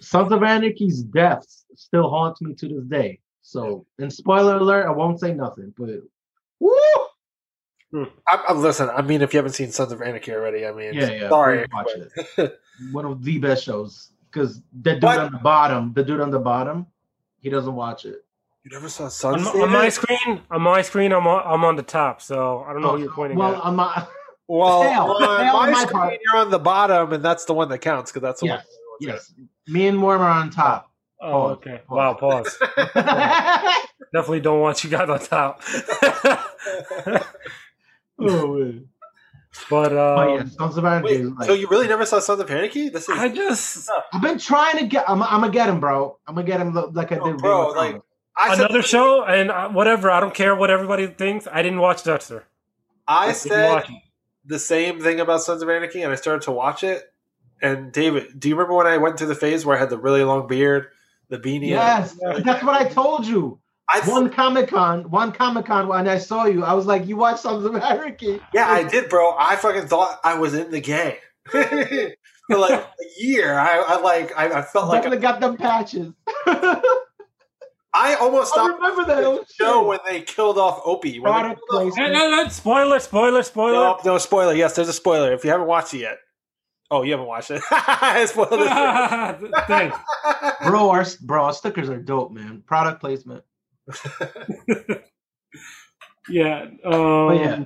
[SPEAKER 2] Sons of Anarchy's deaths still haunts me to this day. So, and spoiler alert, I won't say nothing, but woo!
[SPEAKER 1] I'm, I'm listen. I mean, if you haven't seen Sons of Anarchy already, I mean,
[SPEAKER 2] Yeah, yeah.
[SPEAKER 1] sorry,
[SPEAKER 2] watch
[SPEAKER 1] but-
[SPEAKER 2] it. One of the best shows because the dude
[SPEAKER 1] But-
[SPEAKER 2] on the bottom, the dude on the bottom, he doesn't watch it.
[SPEAKER 1] you never saw Sons.
[SPEAKER 3] On, on my screen, on my screen, I'm on, I'm on the top, so I don't know who you're pointing
[SPEAKER 2] Oh, well,
[SPEAKER 3] at.
[SPEAKER 2] I'm not.
[SPEAKER 1] well,
[SPEAKER 2] Hell,
[SPEAKER 1] on
[SPEAKER 2] hell
[SPEAKER 1] my,
[SPEAKER 2] on my
[SPEAKER 1] screen,
[SPEAKER 2] part.
[SPEAKER 1] you're on the bottom, and that's the one that counts because that's the
[SPEAKER 2] Yes,
[SPEAKER 1] one.
[SPEAKER 2] Yes, me and Worm are on top.
[SPEAKER 3] Oh,
[SPEAKER 2] pause,
[SPEAKER 3] okay.
[SPEAKER 2] pause.
[SPEAKER 3] Wow, pause.
[SPEAKER 2] oh,
[SPEAKER 3] Definitely don't want you guys on top.
[SPEAKER 2] man.
[SPEAKER 3] but um,
[SPEAKER 1] Oh,
[SPEAKER 2] but yeah, Sons of Anarchy.
[SPEAKER 1] Wait,
[SPEAKER 2] is like,
[SPEAKER 1] so you really never saw Sons of Anarchy? This is
[SPEAKER 3] I just
[SPEAKER 2] I've been trying to get. I'm. I'm gonna get him, bro. I'm gonna get him lo- like I
[SPEAKER 1] Oh,
[SPEAKER 2] did.
[SPEAKER 1] bro,
[SPEAKER 2] with-
[SPEAKER 1] like, I said,
[SPEAKER 3] another show and uh, whatever. I don't care what everybody thinks. I didn't watch Dexter.
[SPEAKER 1] I
[SPEAKER 3] didn't
[SPEAKER 1] said
[SPEAKER 3] watch it.
[SPEAKER 1] the same thing about Sons of Anarchy, and I started to watch it. And David, do you remember when I went through the phase where I had the really long beard, The beanie.
[SPEAKER 2] Yes, that's what I told you.
[SPEAKER 1] I th-
[SPEAKER 2] One Comic Con, one Comic Con, when I saw you, I was like, "You watched Sons of Anarchy."
[SPEAKER 1] yeah, I did, bro. I fucking thought I was in the game for like a year. I, I like I, I felt like
[SPEAKER 2] Definitely got them patches. I
[SPEAKER 1] I almost stopped
[SPEAKER 2] remember that.
[SPEAKER 1] the
[SPEAKER 2] old
[SPEAKER 1] show
[SPEAKER 2] shit.
[SPEAKER 1] when they killed off Opie. When they
[SPEAKER 2] Product
[SPEAKER 1] killed off-
[SPEAKER 3] Hey, no, no, spoiler, spoiler, spoiler.
[SPEAKER 1] no, no spoiler. Yes, there's a spoiler. If you haven't watched it yet, oh, you haven't watched it. I spoiled it.
[SPEAKER 3] Thanks.
[SPEAKER 2] bro, our bro, our stickers are dope, man. Product placement.
[SPEAKER 3] Yeah. Um,
[SPEAKER 1] Oh,
[SPEAKER 2] But yeah,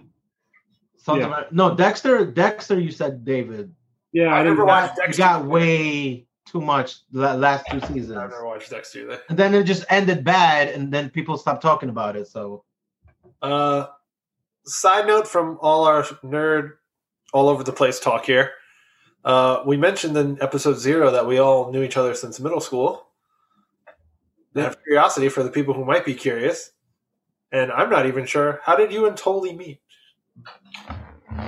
[SPEAKER 2] Sons
[SPEAKER 3] yeah.
[SPEAKER 2] of Anarchy. No, Dexter. Dexter, you said David.
[SPEAKER 3] yeah, I
[SPEAKER 1] Oh, I
[SPEAKER 3] didn't
[SPEAKER 1] never
[SPEAKER 3] watch.
[SPEAKER 1] watched Dexter.
[SPEAKER 2] got way too much la- last two
[SPEAKER 1] I
[SPEAKER 2] seasons.
[SPEAKER 1] never watched Dexter either.
[SPEAKER 2] And then it just ended bad, and then people stopped talking about it. So
[SPEAKER 1] Uh, side note from all our nerd, all over the place talk here. Uh, we mentioned in episode zero that we all knew each other since middle school. I have curiosity for the people who might be curious, and I'm not even sure. How did you and Tolly meet?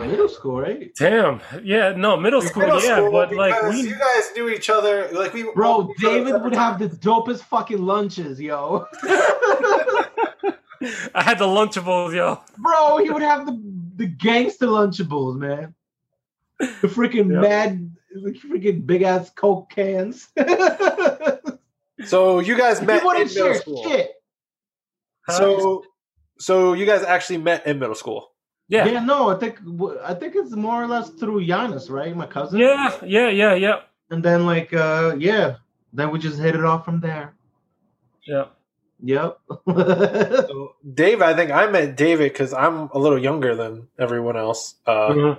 [SPEAKER 2] middle school, right?
[SPEAKER 3] Damn. Yeah. No, middle school.
[SPEAKER 1] Middle
[SPEAKER 3] yeah,
[SPEAKER 1] school,
[SPEAKER 3] but like
[SPEAKER 1] because
[SPEAKER 3] we.
[SPEAKER 1] you guys knew each other. Like we, all knew
[SPEAKER 2] Bro,
[SPEAKER 1] each other
[SPEAKER 2] David would
[SPEAKER 1] separate
[SPEAKER 2] have the dopest fucking lunches, yo.
[SPEAKER 3] I had the Lunchables, yo.
[SPEAKER 2] Bro, he would have the the gangster lunchables, man. The freaking
[SPEAKER 1] Yep.
[SPEAKER 2] mad, the freaking big ass coke cans. he
[SPEAKER 1] times. So you guys met in
[SPEAKER 2] wouldn't
[SPEAKER 1] middle
[SPEAKER 2] share
[SPEAKER 1] school.
[SPEAKER 2] shit.
[SPEAKER 1] So, so you guys actually met in middle school.
[SPEAKER 3] yeah.
[SPEAKER 2] Yeah, no, I think I think it's more or less through Giannis, right? My cousin.
[SPEAKER 3] Yeah. Yeah. Yeah. Yeah.
[SPEAKER 2] and then like uh yeah then we just hit it off from there
[SPEAKER 3] Yeah.
[SPEAKER 2] yep
[SPEAKER 1] So Dave, I think I met David because I'm a little younger than everyone else. Uh,
[SPEAKER 3] Mhm.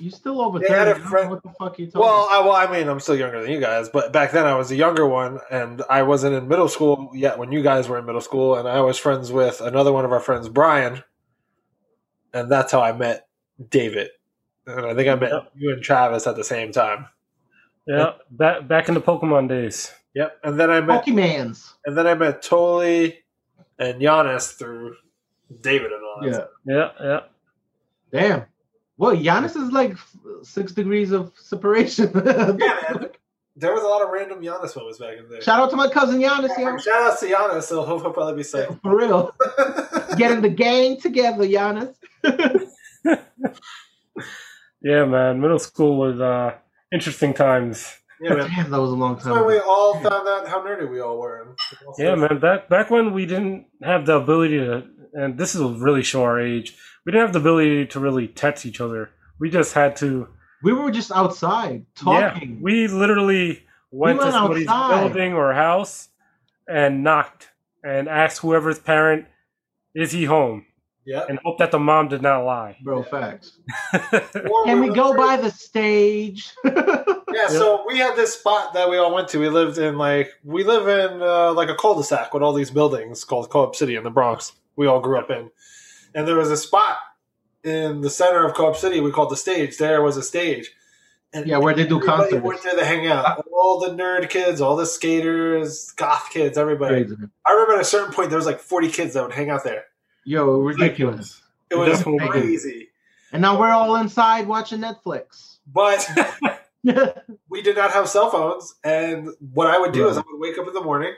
[SPEAKER 2] you still over
[SPEAKER 1] They had
[SPEAKER 2] there
[SPEAKER 1] a friend-
[SPEAKER 2] what the fuck you talking
[SPEAKER 1] well, I, well, I mean, I'm still younger than you guys, but back then I was a younger one, and I wasn't in middle school yet when you guys were in middle school, and I was friends with another one of our friends, Brian, and that's how I met David. And I think I met
[SPEAKER 3] Yep.
[SPEAKER 1] you and Travis at the same time.
[SPEAKER 3] Yeah. Back back in the Pokemon days.
[SPEAKER 1] Yep. And then I met,
[SPEAKER 2] pokemans
[SPEAKER 1] and then I met Toli and Giannis through David and all that.
[SPEAKER 2] yeah
[SPEAKER 3] Yeah. Yeah.
[SPEAKER 2] damn well Giannis is like f- six degrees of separation
[SPEAKER 1] Yeah, man. There was a lot of random Giannis moments back in the day.
[SPEAKER 2] shout out to my cousin Giannis, yo.
[SPEAKER 1] Shout out to Giannis. So he'll, he'll probably be safe.
[SPEAKER 2] for real getting the gang together Giannis.
[SPEAKER 3] Yeah, man. Middle school was uh, interesting times.
[SPEAKER 1] yeah, man.
[SPEAKER 2] damn that was a long
[SPEAKER 1] That's when
[SPEAKER 2] time
[SPEAKER 1] we
[SPEAKER 2] ago.
[SPEAKER 1] all found out how nerdy we all were.
[SPEAKER 3] Yeah, man. Back back when we didn't have the ability to, and this is really show our age. We didn't have the ability to really text each other. We just had to.
[SPEAKER 2] we were just outside
[SPEAKER 3] Yeah,
[SPEAKER 2] talking
[SPEAKER 3] we literally went,
[SPEAKER 2] went
[SPEAKER 3] to somebody's
[SPEAKER 2] outside.
[SPEAKER 3] building or house and knocked and asked whoever's parent is he home,
[SPEAKER 1] Yeah.
[SPEAKER 3] and hoped that the mom did not lie.
[SPEAKER 2] bro facts
[SPEAKER 1] Or
[SPEAKER 2] can we
[SPEAKER 1] went
[SPEAKER 2] go
[SPEAKER 1] to-
[SPEAKER 2] by the stage
[SPEAKER 1] Yeah, so we had this spot that we all went to. We lived in like we live in uh, like a cul-de-sac with all these buildings called Co-op City in the Bronx. We all grew up in, and there was a spot in the center of Co-op City we called the stage. There was a stage. And
[SPEAKER 2] yeah where they do
[SPEAKER 1] everybody
[SPEAKER 2] concerts
[SPEAKER 1] went there to hang out. All the nerd kids, all the skaters, goth kids, everybody.
[SPEAKER 2] Crazy.
[SPEAKER 1] I remember at a certain point there was like 40 kids that would hang out there.
[SPEAKER 2] Yo, ridiculous.
[SPEAKER 1] It was
[SPEAKER 3] Definitely.
[SPEAKER 1] crazy.
[SPEAKER 2] And now we're all inside watching Netflix.
[SPEAKER 1] But
[SPEAKER 2] yeah,
[SPEAKER 1] we did not have cell phones. And what I would do is I
[SPEAKER 2] Right.
[SPEAKER 1] would wake up in the morning,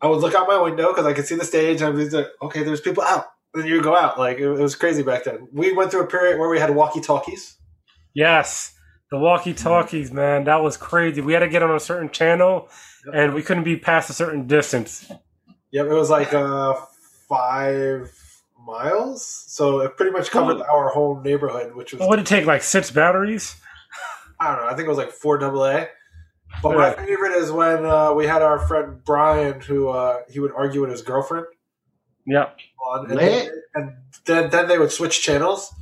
[SPEAKER 1] I would look out my window because I could see the stage. And I was like, okay, there's people out. And you would go out. Like it, it was crazy back then. We went through a period where we had walkie talkies.
[SPEAKER 3] Yes, the walkie talkies, man, that was crazy. We had to get on a certain channel,
[SPEAKER 1] Mm. Yep.
[SPEAKER 3] and we couldn't be past a certain distance.
[SPEAKER 1] Yep, it was like uh, five miles. So it pretty much covered our whole neighborhood, which was
[SPEAKER 3] What would it take? Like six batteries?
[SPEAKER 1] I don't know. I think it was like four double A. But my favorite is when uh, we had our friend Brian, who uh, he would argue with his girlfriend
[SPEAKER 3] Yeah.
[SPEAKER 1] on, and,
[SPEAKER 2] Lit.
[SPEAKER 1] then, and then then they would switch channels,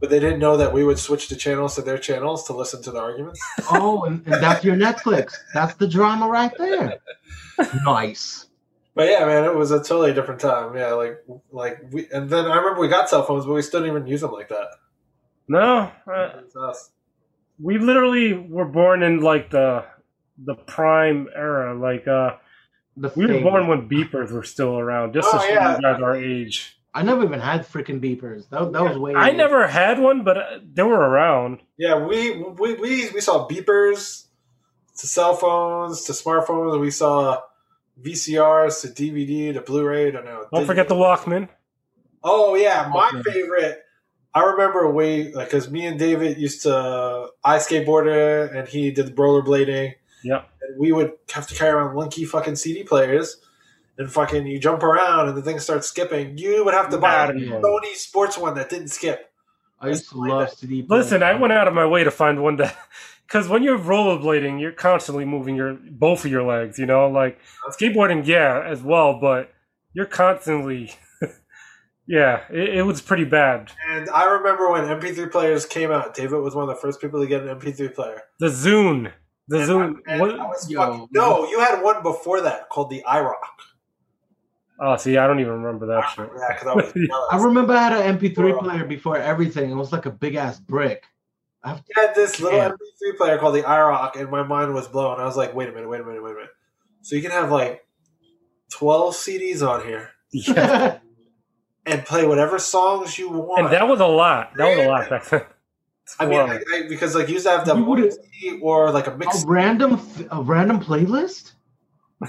[SPEAKER 1] but they didn't know that we would switch the channels to their channels to listen to the arguments.
[SPEAKER 2] Oh, and, and that's your Netflix. That's the drama right there. Nice.
[SPEAKER 1] But yeah, man, it was a totally different time. Yeah, like like we, and then I remember we got cell phones, but we still didn't even use them like that.
[SPEAKER 3] No, uh,
[SPEAKER 1] It's us.
[SPEAKER 3] we literally were born in like the the prime era. Like uh,
[SPEAKER 2] The
[SPEAKER 3] we were
[SPEAKER 2] thing.
[SPEAKER 3] born when beepers were still around, just
[SPEAKER 1] Oh,
[SPEAKER 3] to show
[SPEAKER 1] yeah.
[SPEAKER 3] you guys our age.
[SPEAKER 2] I never even had freaking beepers. That, that was way.
[SPEAKER 3] I never had one, but uh, they were around.
[SPEAKER 1] Yeah, we we we, we saw beepers. to cell phones to smartphones. We saw VCRs to DVD to Blu-ray. I don't know.
[SPEAKER 3] Don't forget the Walkman.
[SPEAKER 1] Oh yeah, my
[SPEAKER 2] Walkman.
[SPEAKER 1] favorite. I remember way like because me and David used to I skateboarded and he did rollerblading.
[SPEAKER 3] Yep.
[SPEAKER 1] And we would have to carry around lunky fucking CD players, and fucking you jump around and the thing starts skipping. You would have to buy a
[SPEAKER 3] Nah,
[SPEAKER 2] Yeah.
[SPEAKER 1] Sony Sports one that didn't skip.
[SPEAKER 2] I used to love CD. players.
[SPEAKER 3] Listen, I went out of my way to find one that, because when you're rollerblading, you're constantly moving your both of your legs. You know, like skateboarding, yeah, as well, but you're constantly, yeah, it, it was pretty bad.
[SPEAKER 1] And I remember when MP3 players came out. David was one of the first people to get an MP3 player.
[SPEAKER 3] The Zune, the
[SPEAKER 1] And
[SPEAKER 3] Zune,
[SPEAKER 1] I- and I
[SPEAKER 3] what?
[SPEAKER 1] was
[SPEAKER 2] Yo.
[SPEAKER 1] fucking- no, you had one before that called the IROC.
[SPEAKER 3] Oh, see, I don't even remember
[SPEAKER 1] I
[SPEAKER 3] that shit.
[SPEAKER 1] remember that 'cause I was jealous.
[SPEAKER 2] I remember I had an MP3
[SPEAKER 1] Bro.
[SPEAKER 2] player before everything. It was like a big ass brick.
[SPEAKER 1] I had this little
[SPEAKER 2] Yeah.
[SPEAKER 1] MP3 player called the IROC, and my mind was blown. I was like, wait a minute, wait a minute, wait a minute. So you can have like 12 CDs on here
[SPEAKER 3] Yeah.
[SPEAKER 1] and play whatever songs you want.
[SPEAKER 3] And that was a lot. That was a lot back then.
[SPEAKER 1] I mean, I, I, because like you used to have to have
[SPEAKER 2] You
[SPEAKER 1] one
[SPEAKER 2] would've- Oh,
[SPEAKER 1] CD or like a
[SPEAKER 2] a
[SPEAKER 1] mix.
[SPEAKER 2] random, f- a random playlist.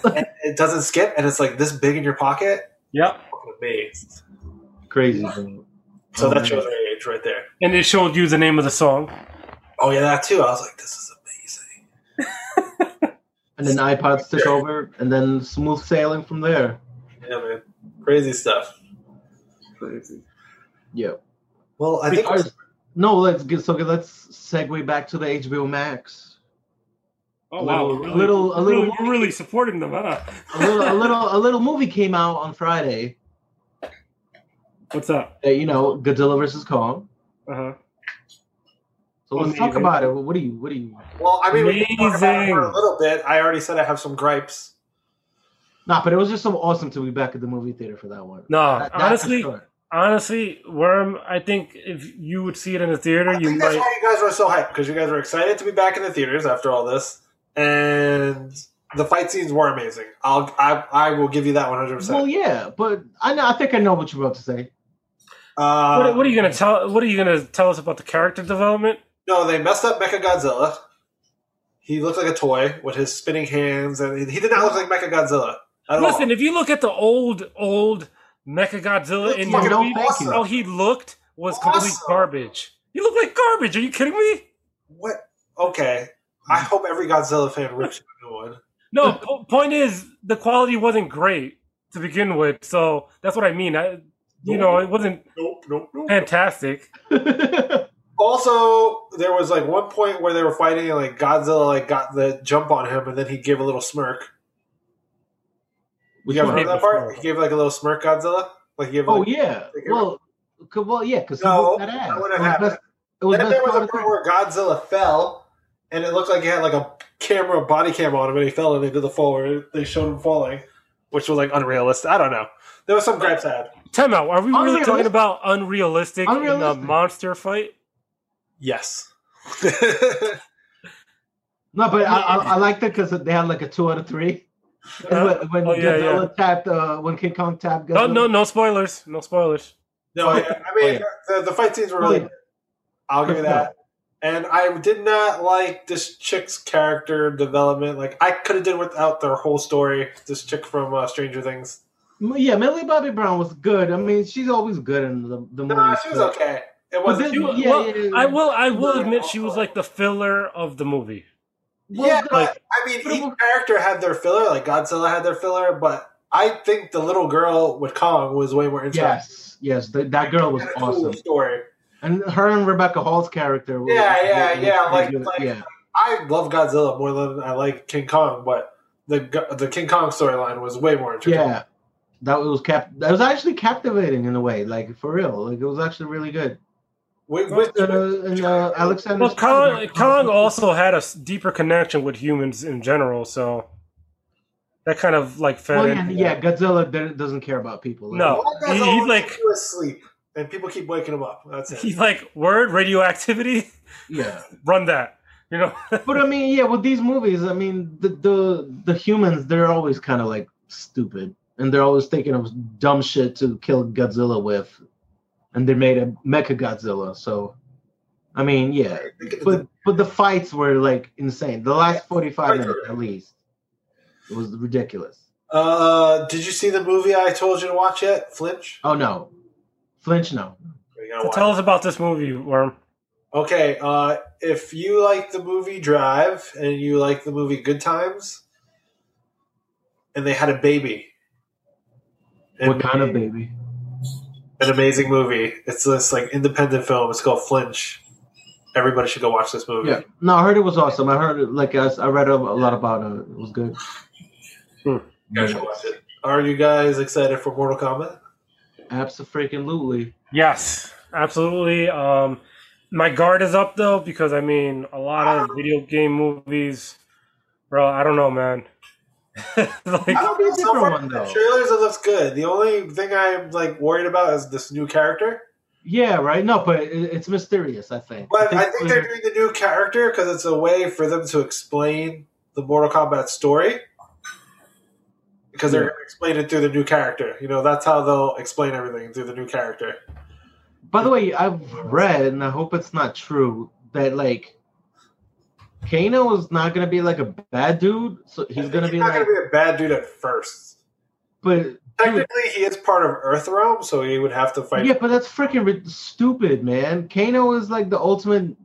[SPEAKER 1] and it doesn't skip, and it's like this big in your pocket.
[SPEAKER 3] yep.
[SPEAKER 1] I'm amazed.
[SPEAKER 2] Crazy. Dude.
[SPEAKER 1] So
[SPEAKER 2] Oh,
[SPEAKER 1] that shows
[SPEAKER 2] man.
[SPEAKER 1] our age right there.
[SPEAKER 3] And it showed you the name of the song.
[SPEAKER 1] Oh yeah, that too. I was like, this is amazing.
[SPEAKER 2] And then iPods took over, and then smooth sailing from there.
[SPEAKER 1] Yeah, man, crazy stuff.
[SPEAKER 2] Yeah.
[SPEAKER 1] Well, I think
[SPEAKER 2] Because- no, let's get so let's segue back to the HBO Max.
[SPEAKER 3] Oh
[SPEAKER 2] wow. Little- a little-
[SPEAKER 3] really, we're really supporting them, huh?
[SPEAKER 2] A little, a little, a little movie came out on Friday.
[SPEAKER 3] What's up?
[SPEAKER 2] That you know, Godzilla versus Kong.
[SPEAKER 3] Uh huh.
[SPEAKER 2] So let's talk
[SPEAKER 3] Amazing.
[SPEAKER 2] about it. What do you? What do you?
[SPEAKER 1] well, I mean, we can talk about it for a
[SPEAKER 3] Amazing.
[SPEAKER 1] little bit. I already said I have some gripes.
[SPEAKER 2] Nah, but it was just so awesome to be back at the movie theater for that one.
[SPEAKER 3] No,
[SPEAKER 2] That- that for
[SPEAKER 3] honestly,
[SPEAKER 2] sure.
[SPEAKER 3] honestly, Worm. I think if you would see it in a theater,
[SPEAKER 1] I
[SPEAKER 3] you
[SPEAKER 1] think that's
[SPEAKER 3] might.
[SPEAKER 1] why you guys were so hyped because you guys were excited to be back in the theaters after all this, and the fight scenes were amazing. I'll I, I will give you that one hundred
[SPEAKER 2] Well,
[SPEAKER 1] percent.
[SPEAKER 2] yeah, but I know. I think I know what you're about to say.
[SPEAKER 1] Uh,
[SPEAKER 3] What, what are you gonna tell? What are you gonna tell us about the character development?
[SPEAKER 1] No, they messed up Mecha Godzilla. He looked like a toy with his spinning hands, and he- he did not look like Mecha Godzilla at
[SPEAKER 3] Listen,
[SPEAKER 1] all.
[SPEAKER 3] if you look at the old, old Mechagodzilla in
[SPEAKER 1] It's
[SPEAKER 2] fucking
[SPEAKER 3] movies,
[SPEAKER 2] awesome.
[SPEAKER 3] how he looked was complete
[SPEAKER 1] Awesome.
[SPEAKER 3] garbage. He looked like garbage. Are you kidding me?
[SPEAKER 1] What? Okay, I hope every Godzilla fan rips you a new one.
[SPEAKER 3] No, po- point is the quality wasn't great to begin with, so that's what I mean. I, you know, it wasn't
[SPEAKER 1] Nope, nope, nope.
[SPEAKER 3] fantastic.
[SPEAKER 1] Also, there was like one point where they were fighting, and like Godzilla like got the jump on him, and then he gave a little smirk. You
[SPEAKER 2] Which
[SPEAKER 1] guys
[SPEAKER 2] one?
[SPEAKER 1] remember that part?
[SPEAKER 3] Smirk.
[SPEAKER 1] He gave like a little smirk, Godzilla. Like he gave.
[SPEAKER 2] Oh
[SPEAKER 1] like,
[SPEAKER 2] yeah. Well, c- well yeah, because
[SPEAKER 1] No,
[SPEAKER 2] that ass.
[SPEAKER 1] that wouldn't
[SPEAKER 2] It was
[SPEAKER 1] happen.
[SPEAKER 2] best- It was
[SPEAKER 1] then
[SPEAKER 2] best
[SPEAKER 1] there was
[SPEAKER 2] part
[SPEAKER 1] a
[SPEAKER 2] of the-
[SPEAKER 1] point where Godzilla fell, and it looked like he had like a camera, body cam on him, and he fell, and they did the fall where they showed him falling, which was like unrealistic. I don't know. There was some gripes I had.
[SPEAKER 3] Time out. Are we really
[SPEAKER 2] Unrealistic.
[SPEAKER 3] talking about unrealistic, in a
[SPEAKER 2] Unrealistic.
[SPEAKER 3] monster fight?
[SPEAKER 1] Yes.
[SPEAKER 2] No, but I, I, I liked it because they had like a two out of three. And
[SPEAKER 3] Uh,
[SPEAKER 2] when when
[SPEAKER 3] oh, yeah,
[SPEAKER 2] Godzilla tapped, uh, when King Kong tapped,
[SPEAKER 3] no,
[SPEAKER 2] Godzilla-
[SPEAKER 3] no, no spoilers. No spoilers.
[SPEAKER 1] no, Oh, yeah, I mean the, the fight scenes were really.
[SPEAKER 2] Yeah.
[SPEAKER 1] good. I'll give you that. And I did not like this chick's character development. Like I could have did without their whole story. This chick from uh, Stranger Things.
[SPEAKER 2] M- Yeah, Millie Bobby Brown was good. I mean, she's always good in the the movie.
[SPEAKER 1] No, she was okay. It was.
[SPEAKER 2] this-
[SPEAKER 1] not
[SPEAKER 3] She wa-
[SPEAKER 2] Yeah,
[SPEAKER 3] well,
[SPEAKER 2] yeah, yeah.
[SPEAKER 3] I will. I will
[SPEAKER 1] Yeah.
[SPEAKER 3] admit she was like the filler of the movie.
[SPEAKER 1] yeah, but
[SPEAKER 3] like-
[SPEAKER 1] I mean,
[SPEAKER 2] but it was-
[SPEAKER 1] each character had their filler. Like Godzilla had their filler, but I think the little girl with Kong was way more interesting.
[SPEAKER 2] Yes, yes, th- that girl was
[SPEAKER 1] Had a cool
[SPEAKER 2] awesome,
[SPEAKER 1] story.
[SPEAKER 2] and her and Rebecca Hall's character. were-
[SPEAKER 1] Yeah, yeah,
[SPEAKER 2] were-
[SPEAKER 1] yeah,
[SPEAKER 2] were
[SPEAKER 1] like-
[SPEAKER 2] good.
[SPEAKER 1] like-
[SPEAKER 2] yeah,
[SPEAKER 1] I love Godzilla more than I like King Kong, but the Go- the King Kong storyline was way more interesting.
[SPEAKER 2] yeah. That was cap. That was actually captivating in a way, like for real. Like it was actually really good.
[SPEAKER 1] With, with,
[SPEAKER 2] With, uh, and uh, Alexander.
[SPEAKER 3] Well, Kong,
[SPEAKER 2] Skarsgård-
[SPEAKER 3] Kong also had a s- deeper connection with humans in general, so that kind of like fed
[SPEAKER 2] Well, yeah,
[SPEAKER 3] into
[SPEAKER 2] yeah,
[SPEAKER 3] that.
[SPEAKER 2] Godzilla didn't- doesn't care about people. Like,
[SPEAKER 1] Why
[SPEAKER 3] No. Oh, he-
[SPEAKER 1] Godzilla
[SPEAKER 3] he's
[SPEAKER 1] was
[SPEAKER 3] like-
[SPEAKER 1] asleep, and people keep waking him up. That's it.
[SPEAKER 3] He's like word radioactivity.
[SPEAKER 2] Yeah.
[SPEAKER 3] Run that. You know.
[SPEAKER 2] But I mean, yeah, with these movies, I mean, the the, the humans they're always kind of like stupid, and they're always thinking of dumb shit to kill Godzilla with, and they made a Mecha Godzilla. So I mean, yeah, but but the fights were like insane. The last forty five minutes at least it was ridiculous.
[SPEAKER 1] Uh, did you see the movie I told you to watch yet, Flinch?
[SPEAKER 2] Oh no, Flinch, no.
[SPEAKER 1] Are you gonna watch
[SPEAKER 3] tell us about this movie, Worm.
[SPEAKER 1] Okay, uh, if you like the movie Drive and you like the movie Good Times, and they had a baby.
[SPEAKER 2] What
[SPEAKER 1] And
[SPEAKER 2] kind of baby?
[SPEAKER 1] An amazing movie. It's this like independent film. It's called Flinch. Everybody should go watch this movie.
[SPEAKER 2] Yeah, no, I heard it was awesome. I heard it, like I, s- I read a, a lot about it. It was good.
[SPEAKER 3] Hmm.
[SPEAKER 1] You guys should watch it. Are you guys excited for Mortal Kombat?
[SPEAKER 2] Absolutely.
[SPEAKER 3] Yes, absolutely. Um, my guard is up though because I mean, a lot of video game movies, bro. I don't know, man. like,
[SPEAKER 1] I don't know.
[SPEAKER 2] Different
[SPEAKER 1] So far,
[SPEAKER 2] one, though.
[SPEAKER 1] the trailers it looks good. The only thing I'm like worried about is this new character.
[SPEAKER 2] Yeah, right. No, but it, it's mysterious. I think.
[SPEAKER 1] But I think they're doing the new character because it's a way for them to explain the Mortal Kombat story. Because they're
[SPEAKER 2] Yeah.
[SPEAKER 1] going to explain it through the new character. You know, that's how they'll explain everything through the new character.
[SPEAKER 2] By the way, I've read, and I hope it's not true, that like Kano is not gonna be like a bad dude. So he's gonna be
[SPEAKER 1] not
[SPEAKER 2] like,
[SPEAKER 1] going to be a bad dude at first.
[SPEAKER 2] but
[SPEAKER 1] Technically, he is part of Earthrealm, so he would have to fight.
[SPEAKER 2] yeah, but that's freaking ri- stupid, man. Kano is like the ultimate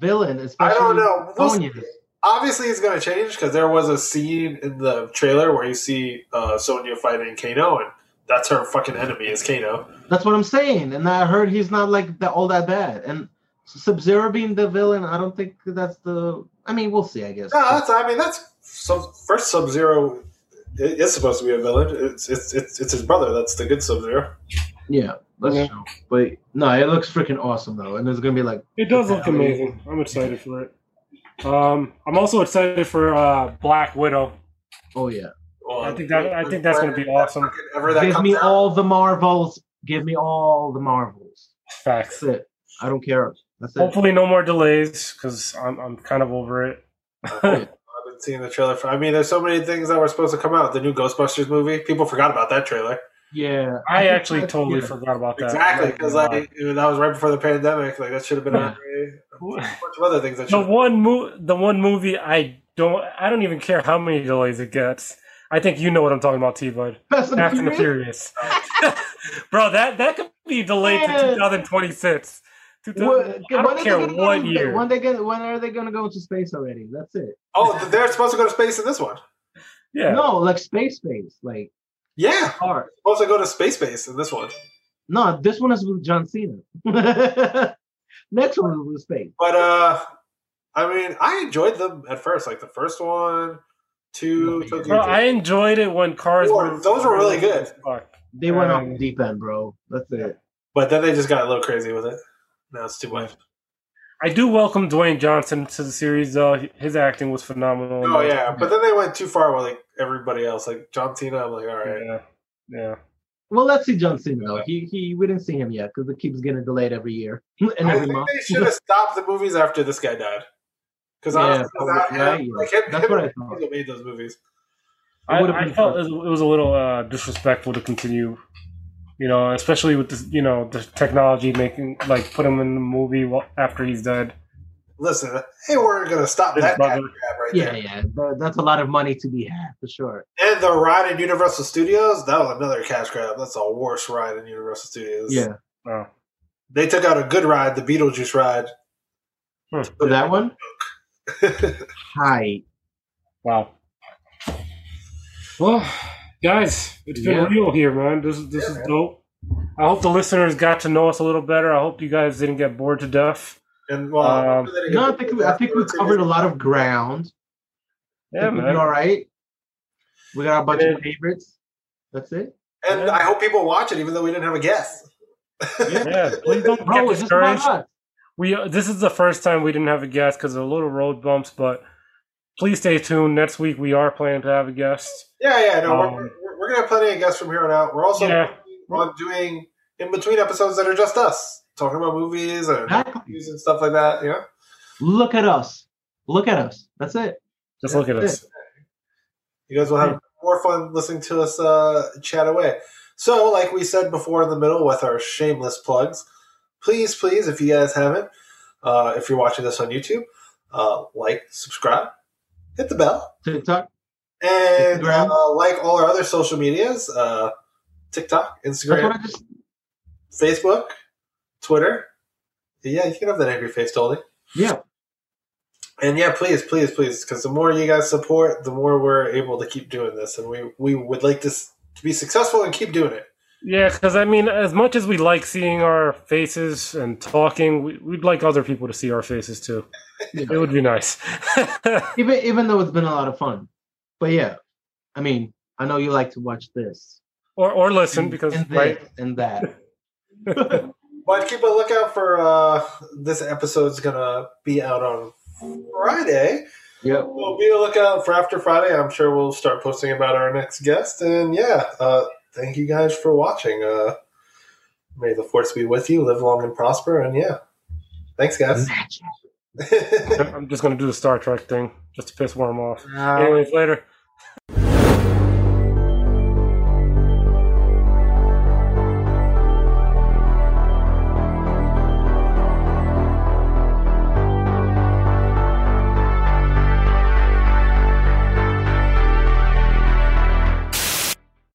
[SPEAKER 2] villain,
[SPEAKER 1] I
[SPEAKER 2] especially.
[SPEAKER 1] don't know. We'll see.
[SPEAKER 2] Sonya's.
[SPEAKER 1] Obviously, it's going to change because there was a scene in the trailer where you see uh, Sonya fighting Kano, and that's her fucking enemy is Kano.
[SPEAKER 2] That's what I'm saying, and I heard he's not like that all that bad. And Sub Zero being the villain, I don't think that's the. I mean, we'll see. I guess.
[SPEAKER 1] No, that's, I mean that's some, first Sub Zero is supposed to be a villain. It's it's it's, it's his brother. That's the good Sub Zero.
[SPEAKER 2] yeah, that's
[SPEAKER 3] Yeah.
[SPEAKER 2] true. But no, it looks freaking awesome though, and there's gonna be like.
[SPEAKER 3] it does look
[SPEAKER 2] I mean-
[SPEAKER 3] amazing. I'm excited for it. Um, I'm also excited for uh, Black Widow.
[SPEAKER 2] Oh yeah.
[SPEAKER 3] I think that- I think that's gonna be awesome.
[SPEAKER 1] Ever that
[SPEAKER 2] Give
[SPEAKER 1] comes
[SPEAKER 2] me
[SPEAKER 1] out.
[SPEAKER 2] all the marvels. Give me all the marvels. That's
[SPEAKER 3] Facts.
[SPEAKER 2] it. I don't care. That's it.
[SPEAKER 3] Hopefully, no more delays because I'm I'm kind of over it.
[SPEAKER 1] I've been seeing the trailer. For, I mean, there's so many things that were supposed to come out. The new Ghostbusters movie. People forgot about that trailer.
[SPEAKER 2] Yeah.
[SPEAKER 3] I
[SPEAKER 2] think
[SPEAKER 3] actually
[SPEAKER 2] that's-
[SPEAKER 3] totally
[SPEAKER 2] yeah.
[SPEAKER 3] forgot about that. uh,
[SPEAKER 1] Exactly, because like you know, that was right before the pandemic. Like that should have been
[SPEAKER 2] Yeah.
[SPEAKER 1] on there. a bunch of other things that
[SPEAKER 3] the
[SPEAKER 1] should.
[SPEAKER 3] one mo- the one movie I don't I don't even care how many delays it gets. I think you know what I'm talking about, T Bud.
[SPEAKER 2] Fast and
[SPEAKER 3] Fast and the
[SPEAKER 2] Furious?
[SPEAKER 3] Furious, bro. That that could be delayed to
[SPEAKER 2] Yes.
[SPEAKER 3] 2026.
[SPEAKER 2] What-
[SPEAKER 3] 2000 I
[SPEAKER 2] when are
[SPEAKER 3] don't
[SPEAKER 2] they
[SPEAKER 3] care
[SPEAKER 2] gonna go
[SPEAKER 3] what
[SPEAKER 2] into-
[SPEAKER 3] year.
[SPEAKER 2] When they get, when are they gonna go into space already? That's it.
[SPEAKER 1] Oh, they're supposed to go to space in this one.
[SPEAKER 3] yeah,
[SPEAKER 2] No, like space, space, like
[SPEAKER 1] Yeah,
[SPEAKER 2] car.
[SPEAKER 1] supposed to go to space base in this one.
[SPEAKER 2] No, this one is with John Cena. Next one is with space.
[SPEAKER 1] But uh, I mean, I enjoyed them at first. Like the first one, two.
[SPEAKER 2] No,
[SPEAKER 1] Tokyo
[SPEAKER 3] bro. I enjoyed it when cars
[SPEAKER 1] Four. Those were really good.
[SPEAKER 3] Fuck.
[SPEAKER 2] They went off
[SPEAKER 3] Um,
[SPEAKER 2] the deep end, bro. That's it.
[SPEAKER 1] But then they just got a little crazy with it. Now it's too much.
[SPEAKER 3] I do welcome Dwayne Johnson to the series, though. His acting was phenomenal.
[SPEAKER 1] Oh yeah, but then they went too far with like everybody else, like John Cena. I'm like, all right,
[SPEAKER 3] yeah, yeah.
[SPEAKER 2] Well, let's see John Cena though. He he, we didn't see him yet because it keeps getting delayed every year and
[SPEAKER 1] I
[SPEAKER 2] every
[SPEAKER 1] think
[SPEAKER 2] month.
[SPEAKER 1] they should have stopped the movies after this guy died. Because
[SPEAKER 2] Yeah,
[SPEAKER 1] honestly, without
[SPEAKER 2] probably, right,
[SPEAKER 1] him,
[SPEAKER 2] yeah.
[SPEAKER 1] like him,
[SPEAKER 2] That's
[SPEAKER 1] him
[SPEAKER 2] what I
[SPEAKER 1] and
[SPEAKER 2] thought.
[SPEAKER 1] Diesel made those movies.
[SPEAKER 2] It
[SPEAKER 3] I,
[SPEAKER 2] would've
[SPEAKER 3] I
[SPEAKER 2] been
[SPEAKER 3] felt it
[SPEAKER 2] fun.
[SPEAKER 3] was it was a little uh, disrespectful to continue, you know, especially with this, you know, the technology making like put him in the movie wa- after he's dead.
[SPEAKER 1] Listen, they weren't gonna stop
[SPEAKER 3] His
[SPEAKER 1] that cat
[SPEAKER 3] brother.
[SPEAKER 1] grab right
[SPEAKER 2] Yeah,
[SPEAKER 1] there.
[SPEAKER 2] yeah, Th- that's a lot of money to be had for sure.
[SPEAKER 1] And the ride in Universal Studios, that was another cash grab. That's the worst ride in Universal Studios.
[SPEAKER 2] Yeah,
[SPEAKER 3] Oh.
[SPEAKER 1] They took out a good ride, the Beetlejuice ride.
[SPEAKER 3] Hmm.
[SPEAKER 2] for that one, hi.
[SPEAKER 3] Wow. Well, guys, it's been
[SPEAKER 2] Yeah.
[SPEAKER 3] real here, man. This is this
[SPEAKER 1] Yeah,
[SPEAKER 3] is
[SPEAKER 1] man.
[SPEAKER 3] dope. I hope the listeners got to know us a little better. I hope you guys didn't get bored to death.
[SPEAKER 1] and well,
[SPEAKER 3] Um,
[SPEAKER 2] No, I think we, I think we covered a lot of ground.
[SPEAKER 3] Yeah,
[SPEAKER 2] we did
[SPEAKER 3] man.
[SPEAKER 2] all right. We got a bunch
[SPEAKER 3] Yeah.
[SPEAKER 2] of favorites. That's it.
[SPEAKER 1] And I hope people watch it, even though we didn't have a guest.
[SPEAKER 3] Yeah, please don't
[SPEAKER 2] Bro,
[SPEAKER 3] get
[SPEAKER 2] it's just about
[SPEAKER 3] discouraged.
[SPEAKER 2] us.
[SPEAKER 3] We uh, this is the first time we didn't have a guest because of little road bumps, but please stay tuned. Next week we are planning to have a guest.
[SPEAKER 1] Yeah, yeah, no,
[SPEAKER 3] Um,
[SPEAKER 1] we're, we're, we're gonna have plenty of guests from here on out. We're also
[SPEAKER 3] Yeah.
[SPEAKER 1] on doing in between episodes that are just us talking about movies and
[SPEAKER 2] Exactly.
[SPEAKER 1] reviews and stuff like that. Yeah,
[SPEAKER 2] Look at us. Look at us. That's it.
[SPEAKER 3] Just look at
[SPEAKER 2] That's
[SPEAKER 3] us.
[SPEAKER 1] you guys will have more fun listening to us uh, chat away. So, like we said before in the middle with our shameless plugs, please, please, if you guys haven't, Uh, if you're watching this on YouTube, uh, like, subscribe, hit the bell,
[SPEAKER 2] TikTok.
[SPEAKER 1] and
[SPEAKER 2] Instagram.
[SPEAKER 1] uh, like all our other social medias uh, TikTok,
[SPEAKER 2] That's what
[SPEAKER 1] Instagram,
[SPEAKER 2] I just.
[SPEAKER 1] Facebook, Twitter. Yeah, you can have that angry face, Dolly.
[SPEAKER 2] Yeah,
[SPEAKER 1] And yeah, please, please, please, because the more you guys support, the more we're able to keep doing this, and we we would like this to be successful and keep doing it.
[SPEAKER 3] Yeah, because I mean, as much as we like seeing our faces and talking, we, we'd like other people to see our faces too.
[SPEAKER 2] Yeah.
[SPEAKER 3] It would be nice.
[SPEAKER 2] even even though it's been a lot of fun, but yeah, I mean, I know you like to watch this
[SPEAKER 3] or or listen
[SPEAKER 2] and-
[SPEAKER 3] because
[SPEAKER 2] and this
[SPEAKER 3] right.
[SPEAKER 2] and that.
[SPEAKER 1] But keep a lookout for uh, this episode's gonna be out on Friday.
[SPEAKER 2] Yep.
[SPEAKER 1] We'll be a lookout for after Friday. I'm sure we'll start posting about our next guest. And yeah, uh, thank you guys for watching. Uh, may the force be with you. Live long and prosper. And yeah, thanks, guys.
[SPEAKER 2] Magic.
[SPEAKER 3] Mm-hmm.
[SPEAKER 2] Uh,
[SPEAKER 3] I'm just gonna do the Star Trek thing just to piss Worm off.
[SPEAKER 1] Um,
[SPEAKER 3] Anyways, later.